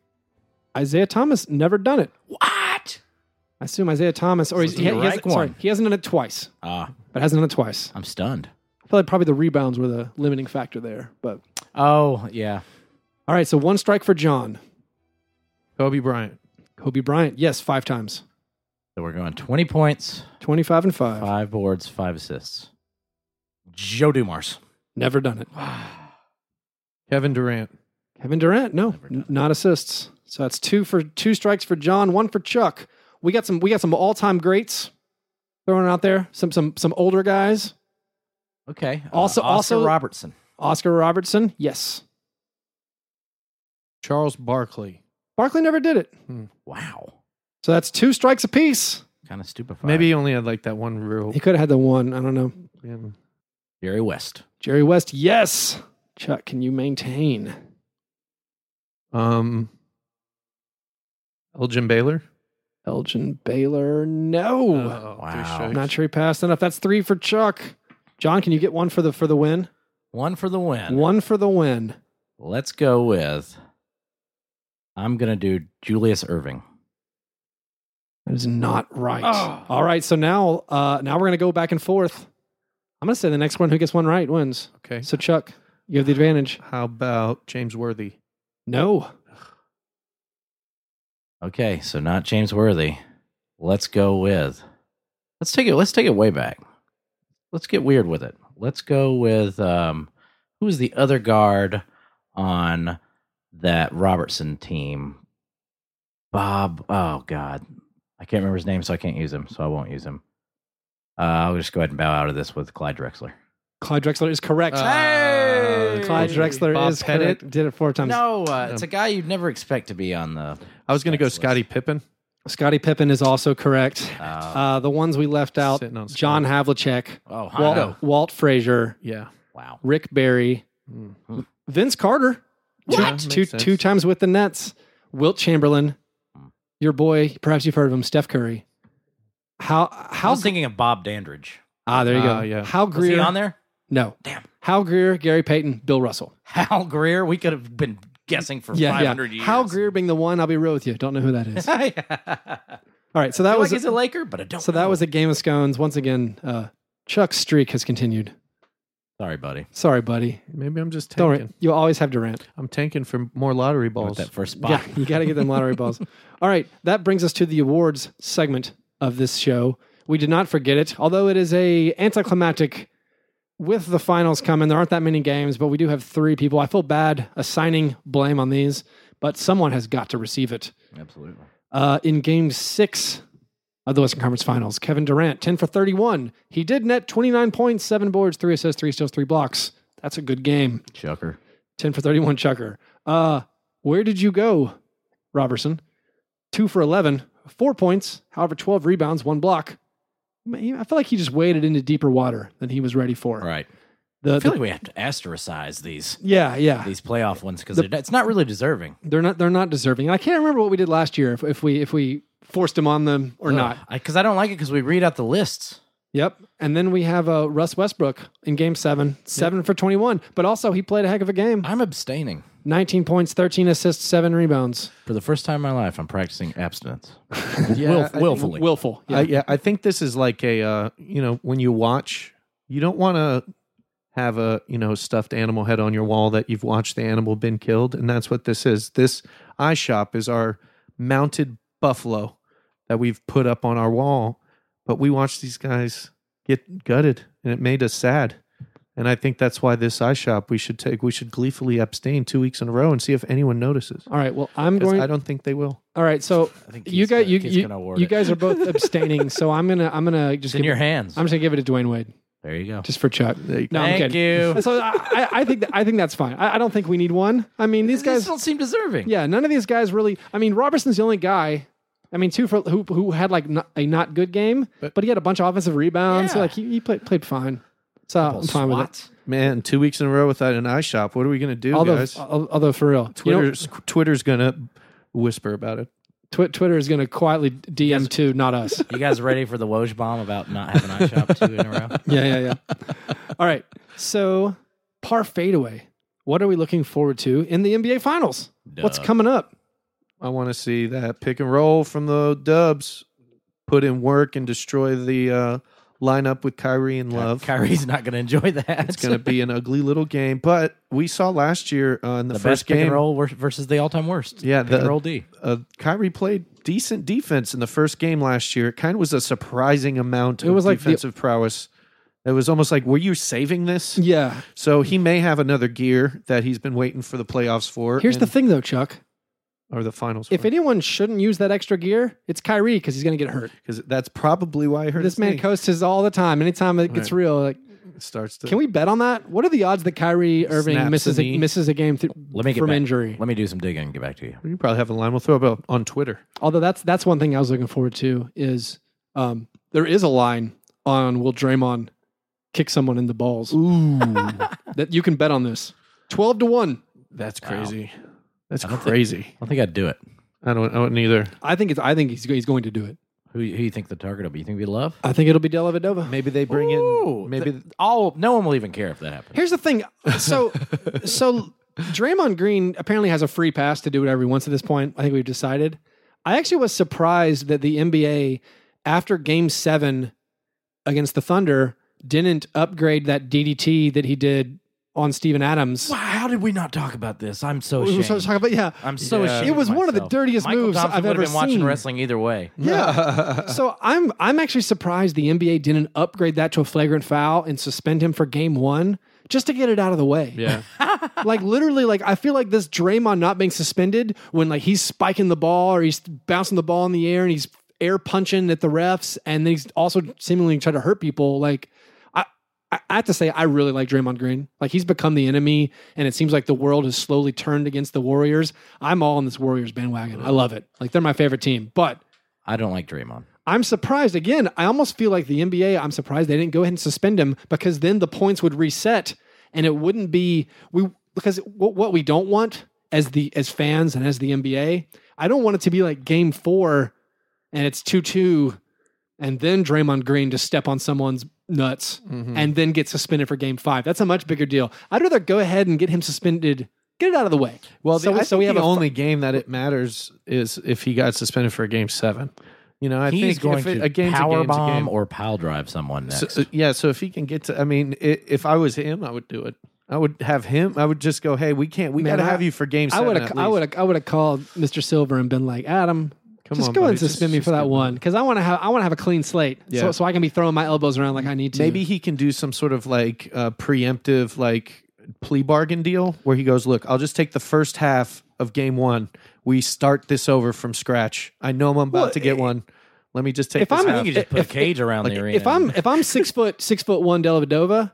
[SPEAKER 1] Isaiah Thomas never done it.
[SPEAKER 3] What?
[SPEAKER 1] I assume Isaiah Thomas or
[SPEAKER 3] So
[SPEAKER 1] he's,
[SPEAKER 3] it's a
[SPEAKER 1] he, he
[SPEAKER 3] rank
[SPEAKER 1] hasn't, sorry,
[SPEAKER 3] one.
[SPEAKER 1] he hasn't done it twice,
[SPEAKER 3] Ah,
[SPEAKER 1] but hasn't done it twice.
[SPEAKER 3] I'm stunned.
[SPEAKER 1] I feel like probably the rebounds were the limiting factor there, but
[SPEAKER 3] Oh, yeah.
[SPEAKER 1] all right, so one strike for John.
[SPEAKER 2] Kobe Bryant.
[SPEAKER 1] Kobe Bryant, yes, 5 times.
[SPEAKER 3] So we're going 20 points,
[SPEAKER 1] 25 and 5.
[SPEAKER 3] five boards, five assists. Joe Dumars.
[SPEAKER 1] Never done it.
[SPEAKER 2] Kevin Durant.
[SPEAKER 1] Kevin Durant, no, n- not assists. So that's two for two strikes for John, one for Chuck. We got some we got some all time greats throwing out there. Some some some older guys.
[SPEAKER 3] Okay. uh,
[SPEAKER 1] Also-
[SPEAKER 3] Oscar
[SPEAKER 1] also-
[SPEAKER 3] Robertson.
[SPEAKER 1] Oscar Robertson, yes.
[SPEAKER 2] Charles Barkley.
[SPEAKER 1] Barkley never did it.
[SPEAKER 3] Wow.
[SPEAKER 1] So that's two strikes apiece.
[SPEAKER 3] Kind of stupefied.
[SPEAKER 2] Maybe he only had like that one real.
[SPEAKER 1] He could have had the one. I don't know.
[SPEAKER 2] yeah.
[SPEAKER 3] Jerry West.
[SPEAKER 1] Jerry West, yes. Chuck, can you maintain?
[SPEAKER 2] Um, Elgin Baylor.
[SPEAKER 1] Elgin Baylor, no.
[SPEAKER 2] Uh,
[SPEAKER 3] wow.
[SPEAKER 2] three
[SPEAKER 1] Not
[SPEAKER 2] strikes.
[SPEAKER 1] sure he passed enough. That's three for Chuck. John, can you get one for the for the win?
[SPEAKER 3] One for the win.
[SPEAKER 1] One for the win.
[SPEAKER 3] Let's go with. I'm going to do Julius Irving.
[SPEAKER 1] That is not right.
[SPEAKER 2] Oh.
[SPEAKER 1] All right, so now uh, now we're gonna go back and forth. I'm gonna say the next one who gets one right wins.
[SPEAKER 2] Okay.
[SPEAKER 1] So Chuck, you have the advantage.
[SPEAKER 2] How about James Worthy?
[SPEAKER 1] No,
[SPEAKER 3] Okay, so not James Worthy. Let's go with. Let's take it. Let's take it way back. Let's get weird with it. Let's go with um, who was the other guard on that Robertson team? Bob. Oh God, I can't remember his name, so I can't use him. So I won't use him. Uh, I'll just go ahead and bow out of this with Clyde Drexler.
[SPEAKER 1] Clyde Drexler is correct.
[SPEAKER 2] Hey!
[SPEAKER 1] Clyde Drexler
[SPEAKER 2] Uh, Bob
[SPEAKER 1] is
[SPEAKER 2] Pettit.
[SPEAKER 1] correct. Did it four times.
[SPEAKER 3] No, uh, it's a guy you'd never expect to be on the.
[SPEAKER 2] I was going to go
[SPEAKER 3] Stats list.
[SPEAKER 2] Scottie Pippen.
[SPEAKER 1] Scottie Pippen is also correct. Uh, the ones we left out:
[SPEAKER 2] Sitting on Scottie.
[SPEAKER 1] John Havlicek,
[SPEAKER 3] Oh, Hondo.
[SPEAKER 1] Walt, Walt Frazier,
[SPEAKER 2] Yeah.
[SPEAKER 3] Wow.
[SPEAKER 1] Rick Barry,
[SPEAKER 2] Mm-hmm.
[SPEAKER 1] Vince Carter. Two-
[SPEAKER 2] What?
[SPEAKER 1] Two,
[SPEAKER 2] Makes sense.
[SPEAKER 1] two times with the Nets. Wilt Chamberlain, your boy. Perhaps you've heard of him, Steph Curry. How
[SPEAKER 3] I
[SPEAKER 1] how
[SPEAKER 3] was thinking of Bob Dandridge.
[SPEAKER 1] ah there you
[SPEAKER 2] Ah,
[SPEAKER 1] go.
[SPEAKER 3] Uh,
[SPEAKER 2] yeah.
[SPEAKER 1] How
[SPEAKER 3] Was
[SPEAKER 1] Greer
[SPEAKER 3] he on there?
[SPEAKER 1] No.
[SPEAKER 3] Damn.
[SPEAKER 1] Hal Greer, Gary Payton, Bill Russell.
[SPEAKER 3] Hal Greer. We could have been guessing for
[SPEAKER 1] Yeah,
[SPEAKER 3] 500
[SPEAKER 1] yeah.
[SPEAKER 3] years.
[SPEAKER 1] Hal Greer being the one. I'll be real with you. Don't know who that is. All
[SPEAKER 3] I feel
[SPEAKER 1] right. So that
[SPEAKER 3] like
[SPEAKER 1] was
[SPEAKER 3] he's a Laker, but I don't.
[SPEAKER 1] so that
[SPEAKER 3] know.
[SPEAKER 1] was a game of scones once again. Uh, Chuck's streak has continued.
[SPEAKER 3] Sorry, buddy.
[SPEAKER 1] Sorry, buddy.
[SPEAKER 2] Maybe I'm just
[SPEAKER 1] Don't
[SPEAKER 2] tanking.
[SPEAKER 1] worry. You always have Durant.
[SPEAKER 2] I'm tanking for more lottery
[SPEAKER 3] With
[SPEAKER 2] balls.
[SPEAKER 3] that first spot.
[SPEAKER 1] Yeah, you got to get them lottery balls. All right, that brings us to the awards segment of this show. We did not forget it, although it is a anticlimactic. With the finals coming, there aren't that many games, but we do have three people. I feel bad assigning blame on these, but someone has got to receive it.
[SPEAKER 3] Absolutely.
[SPEAKER 1] Uh, in Game Six of the Western Conference Finals, Kevin Durant, ten for thirty-one. He did net twenty-nine points, seven boards, three assists, three steals, three blocks. That's a good game.
[SPEAKER 3] Chucker.
[SPEAKER 1] 10 for 31 chucker. Uh, where did you go, Robertson? Two for 11, four points, however, 12 rebounds, one block. Man, he- I feel like he just waded into deeper water than he was ready for.
[SPEAKER 3] All right.
[SPEAKER 1] The,
[SPEAKER 3] I
[SPEAKER 1] the-
[SPEAKER 3] feel like we have to asterize these
[SPEAKER 1] yeah, yeah.
[SPEAKER 3] these playoff ones because it's not really deserving
[SPEAKER 1] They're not they're not deserving. And I can't remember what we did last year if, if we if we forced him on them or not.
[SPEAKER 3] Because I, don't like it because we read out the lists.
[SPEAKER 1] Yep. And then we have uh, Russ Westbrook in game seven, seven for 21. But also, he played a heck of a game
[SPEAKER 3] I'm abstaining.
[SPEAKER 1] 19 points, 13 assists, seven rebounds.
[SPEAKER 3] For the first time in my life, I'm practicing abstinence. Wil- willfully.
[SPEAKER 1] Willful. Yeah.
[SPEAKER 2] I, yeah, I think this is like a uh, you know when you watch, you don't want to have a you know stuffed animal head on your wall that you've watched the animal been killed, and that's what this is. This eye shop is our mounted buffalo that we've put up on our wall, but we watched these guys get gutted, and it made us sad. And I think that's why this eye shop we should take we should gleefully abstain two weeks in a row and see if anyone notices.
[SPEAKER 1] All right. Well, I'm
[SPEAKER 2] 'Cause
[SPEAKER 1] going.
[SPEAKER 2] I don't think they will.
[SPEAKER 1] All right. So
[SPEAKER 3] I think
[SPEAKER 1] you guys,
[SPEAKER 3] Keith's gonna-
[SPEAKER 1] you,
[SPEAKER 3] Keith's
[SPEAKER 1] you,
[SPEAKER 3] gonna award
[SPEAKER 1] you
[SPEAKER 3] it.
[SPEAKER 1] guys are both abstaining. So I'm gonna, I'm gonna
[SPEAKER 3] It's
[SPEAKER 1] just
[SPEAKER 3] in
[SPEAKER 1] give
[SPEAKER 3] your
[SPEAKER 1] it-
[SPEAKER 3] hands.
[SPEAKER 1] I'm just gonna give it to Dwayne Wade
[SPEAKER 3] there you go.
[SPEAKER 1] just for Chuck. No, I'm
[SPEAKER 3] Thank
[SPEAKER 1] kidding.
[SPEAKER 3] you.
[SPEAKER 1] So I, I- I think that, I think that's fine. I, I don't think we need one. I mean, these
[SPEAKER 3] These guys
[SPEAKER 1] guys.
[SPEAKER 3] don't seem deserving.
[SPEAKER 1] Yeah, none of these guys really. I mean, Robertson's the only guy. I mean, two for who who had like not, a not good game, but, he had a bunch of offensive rebounds. So
[SPEAKER 3] Yeah.
[SPEAKER 1] like he, he played played fine. So I'm fine with it.
[SPEAKER 3] Swats.
[SPEAKER 2] Man, two weeks in a row without an eye shop. What are we gonna do,
[SPEAKER 1] Although,
[SPEAKER 2] guys?
[SPEAKER 1] al- although for real, you know,
[SPEAKER 2] Twitter's Twitter's gonna whisper about it.
[SPEAKER 1] Twi- Twitter is going to quietly DM to not us.
[SPEAKER 3] You guys ready for the Woj bomb about not having eye shop two in a row?
[SPEAKER 1] yeah, yeah, yeah. All right. So, par fadeaway. What are we looking forward to in the NBA Finals? What's coming up?
[SPEAKER 2] I want to see that pick and roll from the Dubs put in work and destroy the uh, lineup with Kyrie and Love.
[SPEAKER 3] Kyrie's not going to enjoy that.
[SPEAKER 2] It's going to be an ugly little game, but we saw last year on the,
[SPEAKER 3] the
[SPEAKER 2] first
[SPEAKER 3] best pick
[SPEAKER 2] game.
[SPEAKER 3] and roll wor- versus the all-time worst.
[SPEAKER 2] Yeah,
[SPEAKER 3] pick and
[SPEAKER 2] the-
[SPEAKER 3] roll D.
[SPEAKER 2] Uh, Kyrie played decent defense in the first game last year. It kind of was a surprising amount
[SPEAKER 1] It
[SPEAKER 2] of
[SPEAKER 1] was like the-
[SPEAKER 2] defensive prowess. It was almost like, were you saving this?
[SPEAKER 1] Yeah.
[SPEAKER 2] So he may have another gear that he's been waiting for the playoffs for.
[SPEAKER 1] Here's the
[SPEAKER 2] and-
[SPEAKER 1] thing, though, Chuck.
[SPEAKER 2] or the finals.
[SPEAKER 1] If anyone shouldn't use that extra gear, it's Kyrie because he's going to get hurt.
[SPEAKER 2] because that's probably why I heard
[SPEAKER 1] This man
[SPEAKER 2] coach
[SPEAKER 1] coasts his all the time. Anytime it gets
[SPEAKER 2] Right.
[SPEAKER 1] real, like,
[SPEAKER 2] starts to.
[SPEAKER 1] can we bet on that? What are the odds that Kyrie Irving
[SPEAKER 2] Snaps
[SPEAKER 1] misses
[SPEAKER 2] a
[SPEAKER 1] a,
[SPEAKER 2] knee.
[SPEAKER 1] misses a game th-
[SPEAKER 3] Let me get
[SPEAKER 1] from
[SPEAKER 3] back.
[SPEAKER 1] injury?
[SPEAKER 3] Let me do some digging and get back to you.
[SPEAKER 2] You probably have a line. We'll throw it up on Twitter.
[SPEAKER 1] Although that's that's one thing I was looking forward to is um, there is a line on will Draymond kick someone in the balls. Ooh, that you can bet on this. Twelve to one.
[SPEAKER 2] That's crazy. That's
[SPEAKER 3] I don't think-
[SPEAKER 2] crazy.
[SPEAKER 3] I don't think I'd do it.
[SPEAKER 2] I don't. I wouldn't either.
[SPEAKER 1] I think it's. I think he's he's going to do it.
[SPEAKER 3] Who, who you think the target will be? You think it'll be Love?
[SPEAKER 1] I think it'll be Dellavedova.
[SPEAKER 2] Maybe they bring
[SPEAKER 3] Ooh,
[SPEAKER 2] in. Maybe
[SPEAKER 3] the- all no one will even care if that happens.
[SPEAKER 1] Here's the thing. So, so Draymond Green apparently has a free pass to do whatever he wants at this point. I think we've decided. I actually was surprised that the NBA, after Game Seven against the Thunder, didn't upgrade that DDT that he did on Steven Adams.
[SPEAKER 3] Wow, how did we not talk about this? I'm so
[SPEAKER 1] We were
[SPEAKER 3] ashamed.
[SPEAKER 1] supposed to talk about yeah.
[SPEAKER 3] I'm so
[SPEAKER 2] Yeah.
[SPEAKER 3] ashamed.
[SPEAKER 1] It was
[SPEAKER 3] of
[SPEAKER 1] one of the
[SPEAKER 3] myself.
[SPEAKER 1] dirtiest
[SPEAKER 3] Michael
[SPEAKER 1] moves
[SPEAKER 3] Thompson
[SPEAKER 1] I've
[SPEAKER 3] would have
[SPEAKER 1] ever
[SPEAKER 3] been watching
[SPEAKER 1] seen.
[SPEAKER 3] wrestling either way.
[SPEAKER 2] yeah.
[SPEAKER 1] So I'm I'm actually surprised the NBA didn't upgrade that to a flagrant foul and suspend him for game one just to get it out of the way.
[SPEAKER 2] yeah.
[SPEAKER 1] Like literally, like I feel like this Draymond not being suspended when like he's spiking the ball or he's bouncing the ball in the air and he's air punching at the refs and then he's also seemingly trying to hurt people. Like I, I I have to say I really like Draymond Green. Like he's become the enemy and it seems like the world has slowly turned against the Warriors. I'm all in this Warriors bandwagon. I love it. Like they're my favorite team, but.
[SPEAKER 3] I don't like Draymond.
[SPEAKER 1] I'm surprised again. I almost feel like the NBA. I'm surprised they didn't go ahead and suspend him because then the points would reset, and it wouldn't be we because what, what we don't want as the as fans and as the NBA, I don't want it to be like Game Four, and it's two two, and then Draymond Green to step on someone's nuts
[SPEAKER 2] Mm-hmm.
[SPEAKER 1] and then get suspended for Game Five. That's a much bigger deal. I'd rather go ahead and get him suspended, get it out of the way.
[SPEAKER 2] Well,
[SPEAKER 1] So-
[SPEAKER 2] the, I
[SPEAKER 1] so
[SPEAKER 2] think
[SPEAKER 1] we have
[SPEAKER 2] the
[SPEAKER 1] a fi-
[SPEAKER 2] only game that it matters is if he got suspended for a game seven. You know, I
[SPEAKER 3] He's
[SPEAKER 2] think
[SPEAKER 3] going
[SPEAKER 2] if it,
[SPEAKER 3] to
[SPEAKER 2] a game's a
[SPEAKER 3] power
[SPEAKER 2] game's a
[SPEAKER 3] bomb
[SPEAKER 2] game.
[SPEAKER 3] or pile drive someone next.
[SPEAKER 2] So, uh, yeah. So if he can get to, I mean, i if I was him, I would do it. I would have him. I would just go, hey, we can't. We
[SPEAKER 1] Man,
[SPEAKER 2] got to
[SPEAKER 1] I-
[SPEAKER 2] have you for game
[SPEAKER 1] I
[SPEAKER 2] seven.
[SPEAKER 1] would
[SPEAKER 2] at
[SPEAKER 1] have, I
[SPEAKER 2] least."
[SPEAKER 1] would have, I would have called Mr. Silver and been like, Adam,
[SPEAKER 2] Come
[SPEAKER 1] just
[SPEAKER 2] on,
[SPEAKER 1] go
[SPEAKER 2] buddy,
[SPEAKER 1] and suspend
[SPEAKER 2] just-
[SPEAKER 1] me
[SPEAKER 2] just
[SPEAKER 1] for that
[SPEAKER 2] get-
[SPEAKER 1] one because I want to have, I want to have a clean slate, so
[SPEAKER 2] Yeah.
[SPEAKER 1] so I can be throwing my elbows around like I need to.
[SPEAKER 2] Maybe he can do some sort of like uh, preemptive like plea bargain deal where he goes, "Look, I'll just take the first half of game one. We start this over from scratch. I know I'm about to get one. Let me just take
[SPEAKER 1] if
[SPEAKER 2] this
[SPEAKER 1] I'm-
[SPEAKER 2] half."
[SPEAKER 3] you could just put
[SPEAKER 1] if-
[SPEAKER 3] a cage around
[SPEAKER 2] like,
[SPEAKER 3] the arena.
[SPEAKER 1] if I'm, if I'm six foot, six foot one Dellavedova,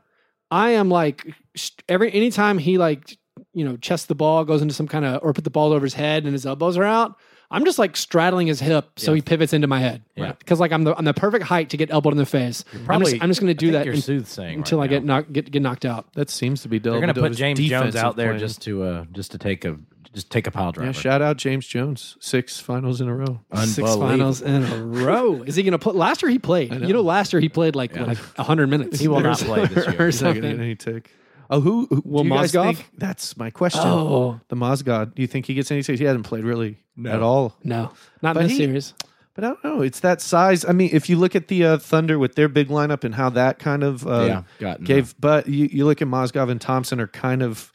[SPEAKER 1] I am like st- every anytime he like you know chests the ball, goes into some kind of or put the ball over his head and his elbows are out. I'm just like straddling his hip so he pivots into my head.
[SPEAKER 3] Yeah.
[SPEAKER 1] Because like I'm the I'm the perfect height to get elbowed in the face. I'm
[SPEAKER 3] probably-
[SPEAKER 1] just I'm just gonna
[SPEAKER 3] I
[SPEAKER 1] do
[SPEAKER 3] think
[SPEAKER 1] that
[SPEAKER 3] you're
[SPEAKER 1] un-
[SPEAKER 3] soothsaying
[SPEAKER 1] until
[SPEAKER 3] right
[SPEAKER 1] I get
[SPEAKER 3] now.
[SPEAKER 1] knocked get, get knocked out.
[SPEAKER 2] That seems to be Del.
[SPEAKER 3] They're going to put
[SPEAKER 2] Vidal's
[SPEAKER 3] James Jones
[SPEAKER 2] defensive
[SPEAKER 3] out there
[SPEAKER 2] plan.
[SPEAKER 3] just to uh, just to take a just take a pile driver.
[SPEAKER 2] Yeah, shout out James Jones. Six finals in a row.
[SPEAKER 1] Six finals in a row. Is he gonna put last year he played? You know last year he played like what, like hundred minutes.
[SPEAKER 3] He will not play this year.
[SPEAKER 1] or
[SPEAKER 2] He's not
[SPEAKER 1] something.
[SPEAKER 2] going to get any tick. Oh, who? who
[SPEAKER 1] Will
[SPEAKER 2] do you guys
[SPEAKER 1] Mozgov?
[SPEAKER 2] think- That's my question.
[SPEAKER 1] Oh.
[SPEAKER 2] The Mozgov. Do you think he gets any ticks? He hasn't played really at all.
[SPEAKER 1] No. Not in
[SPEAKER 2] But
[SPEAKER 1] this
[SPEAKER 2] he-
[SPEAKER 1] series.
[SPEAKER 2] But I don't know. It's that size. I mean, if you look at the uh, Thunder with their big lineup and how that kind of uh,
[SPEAKER 3] Yeah, gotten
[SPEAKER 2] gave, but you, you look at Mozgov and Thompson are kind of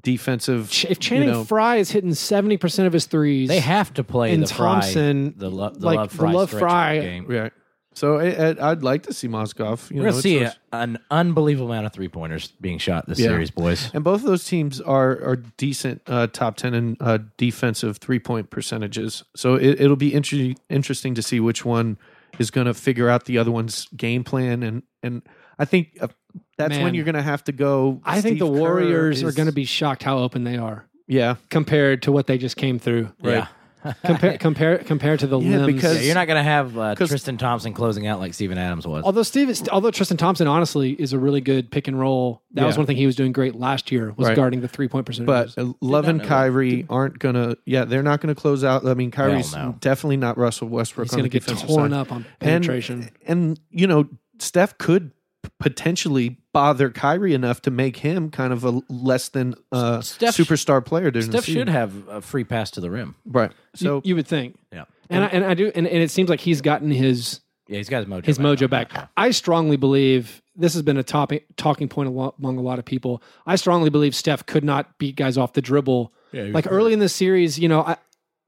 [SPEAKER 2] defensive.
[SPEAKER 1] Ch- If Channing
[SPEAKER 2] you know,
[SPEAKER 1] Frye is hitting seventy percent of his threes,
[SPEAKER 3] They have to play
[SPEAKER 1] And
[SPEAKER 3] the Fry-
[SPEAKER 1] Thompson,
[SPEAKER 3] the, lo- the
[SPEAKER 1] like,
[SPEAKER 3] love
[SPEAKER 1] the
[SPEAKER 3] fry,
[SPEAKER 1] Love
[SPEAKER 3] stretch
[SPEAKER 1] Fry-
[SPEAKER 3] game.
[SPEAKER 2] yeah. So I, I, I'd like to see Mozgov. You
[SPEAKER 3] We're
[SPEAKER 2] know,
[SPEAKER 3] gonna
[SPEAKER 2] it's
[SPEAKER 3] see
[SPEAKER 2] those-
[SPEAKER 3] a- an unbelievable amount of three pointers being shot this
[SPEAKER 2] Yeah.
[SPEAKER 3] series, boys.
[SPEAKER 2] And both of those teams are are decent uh, top ten in uh, defensive three point percentages. So it, it'll be inter- interesting to see which one is going to figure out the other one's game plan. And and I think uh, that's
[SPEAKER 1] Man.
[SPEAKER 2] when you're going to have to go.
[SPEAKER 1] I think the
[SPEAKER 2] Steve Kerr
[SPEAKER 1] Warriors are
[SPEAKER 2] is-
[SPEAKER 1] going to be shocked how open they are
[SPEAKER 2] Yeah,
[SPEAKER 1] compared to what they just came through.
[SPEAKER 3] Yeah.
[SPEAKER 1] Compare, compare, compare to the
[SPEAKER 2] Yeah,
[SPEAKER 1] limbs.
[SPEAKER 2] because-
[SPEAKER 3] Yeah, you're not gonna have uh,
[SPEAKER 2] 'Cause-
[SPEAKER 3] Tristan Thompson closing out like Steven Adams was.
[SPEAKER 1] although Steve, is- although Tristan Thompson honestly is a really good pick and roll. That was
[SPEAKER 2] Yeah.
[SPEAKER 1] one thing he was doing great last year was
[SPEAKER 2] Right.
[SPEAKER 1] guarding the three point percentage.
[SPEAKER 2] but uh, Love and
[SPEAKER 3] know.
[SPEAKER 2] Kyrie aren't going to. Yeah, they're not going to close out. I mean, Kyrie's
[SPEAKER 3] no.
[SPEAKER 2] definitely not Russell Westbrook.
[SPEAKER 1] he's
[SPEAKER 2] on
[SPEAKER 1] going to
[SPEAKER 2] the
[SPEAKER 1] get
[SPEAKER 2] defensive
[SPEAKER 1] torn
[SPEAKER 2] side.
[SPEAKER 1] up on penetration.
[SPEAKER 2] And, and you know, Steph could p- potentially bother Kyrie enough to make him kind of a less than uh,
[SPEAKER 3] Steph-
[SPEAKER 2] superstar player. during the
[SPEAKER 3] Steph
[SPEAKER 2] season.
[SPEAKER 3] should have a free pass to the rim.
[SPEAKER 2] right.
[SPEAKER 1] so
[SPEAKER 2] So
[SPEAKER 1] you, would think,
[SPEAKER 3] Yeah,
[SPEAKER 1] and I, and I do, and, and it seems like he's gotten his
[SPEAKER 3] yeah, he's got his mojo.
[SPEAKER 1] his
[SPEAKER 3] back now.
[SPEAKER 1] mojo back. I strongly believe this has been a topic talking point alo- among a lot of people. I strongly believe Steph could not beat guys off the dribble. like early in the series, you know, I,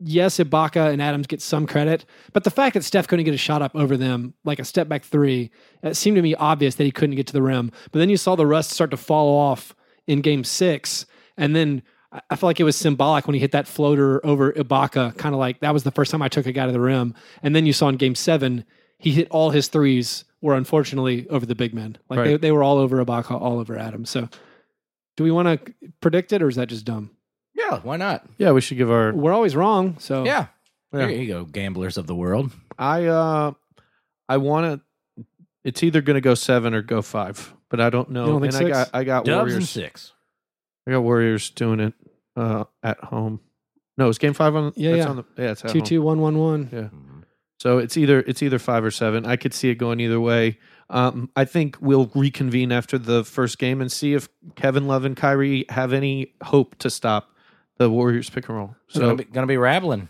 [SPEAKER 1] yes, Ibaka and Adams get some credit, but the fact that Steph couldn't get a shot up over them, like a step back three, it seemed to me obvious that he couldn't get to the rim. But then you saw the rust start to fall off in Game Six, and then. I- I felt like it was symbolic when he hit that floater over Ibaka, kind of like that was the first time I took a guy to the rim. And then you saw in Game Seven, he hit all his threes were unfortunately over the big men. Like they,
[SPEAKER 2] Right.
[SPEAKER 1] they were all over Ibaka, all over Adams. So, do we want to predict it, or is that just dumb?
[SPEAKER 3] Yeah, why not?
[SPEAKER 2] yeah, we should give our.
[SPEAKER 1] we're always wrong. So
[SPEAKER 3] Yeah.
[SPEAKER 2] Yeah.
[SPEAKER 3] There you go, gamblers of the world.
[SPEAKER 2] I uh, I want to. It's either going to go seven or go five, but I don't know.
[SPEAKER 1] You don't think
[SPEAKER 2] and I
[SPEAKER 1] six?
[SPEAKER 2] got I got
[SPEAKER 3] Dubs and
[SPEAKER 2] Warriors.
[SPEAKER 3] six.
[SPEAKER 2] I got Warriors doing it uh, at home. No, it's game five on.
[SPEAKER 1] Yeah,
[SPEAKER 2] that's
[SPEAKER 1] yeah.
[SPEAKER 2] On the, yeah, it's at
[SPEAKER 1] two
[SPEAKER 2] home.
[SPEAKER 1] two one one one.
[SPEAKER 2] Yeah. So it's either it's either five or seven. I could see it going either way. Um, I think we'll reconvene after the first game and see if Kevin Love and Kyrie have any hope to stop the Warriors pick and roll.
[SPEAKER 3] So gonna
[SPEAKER 2] So
[SPEAKER 3] be, gonna be rabbling.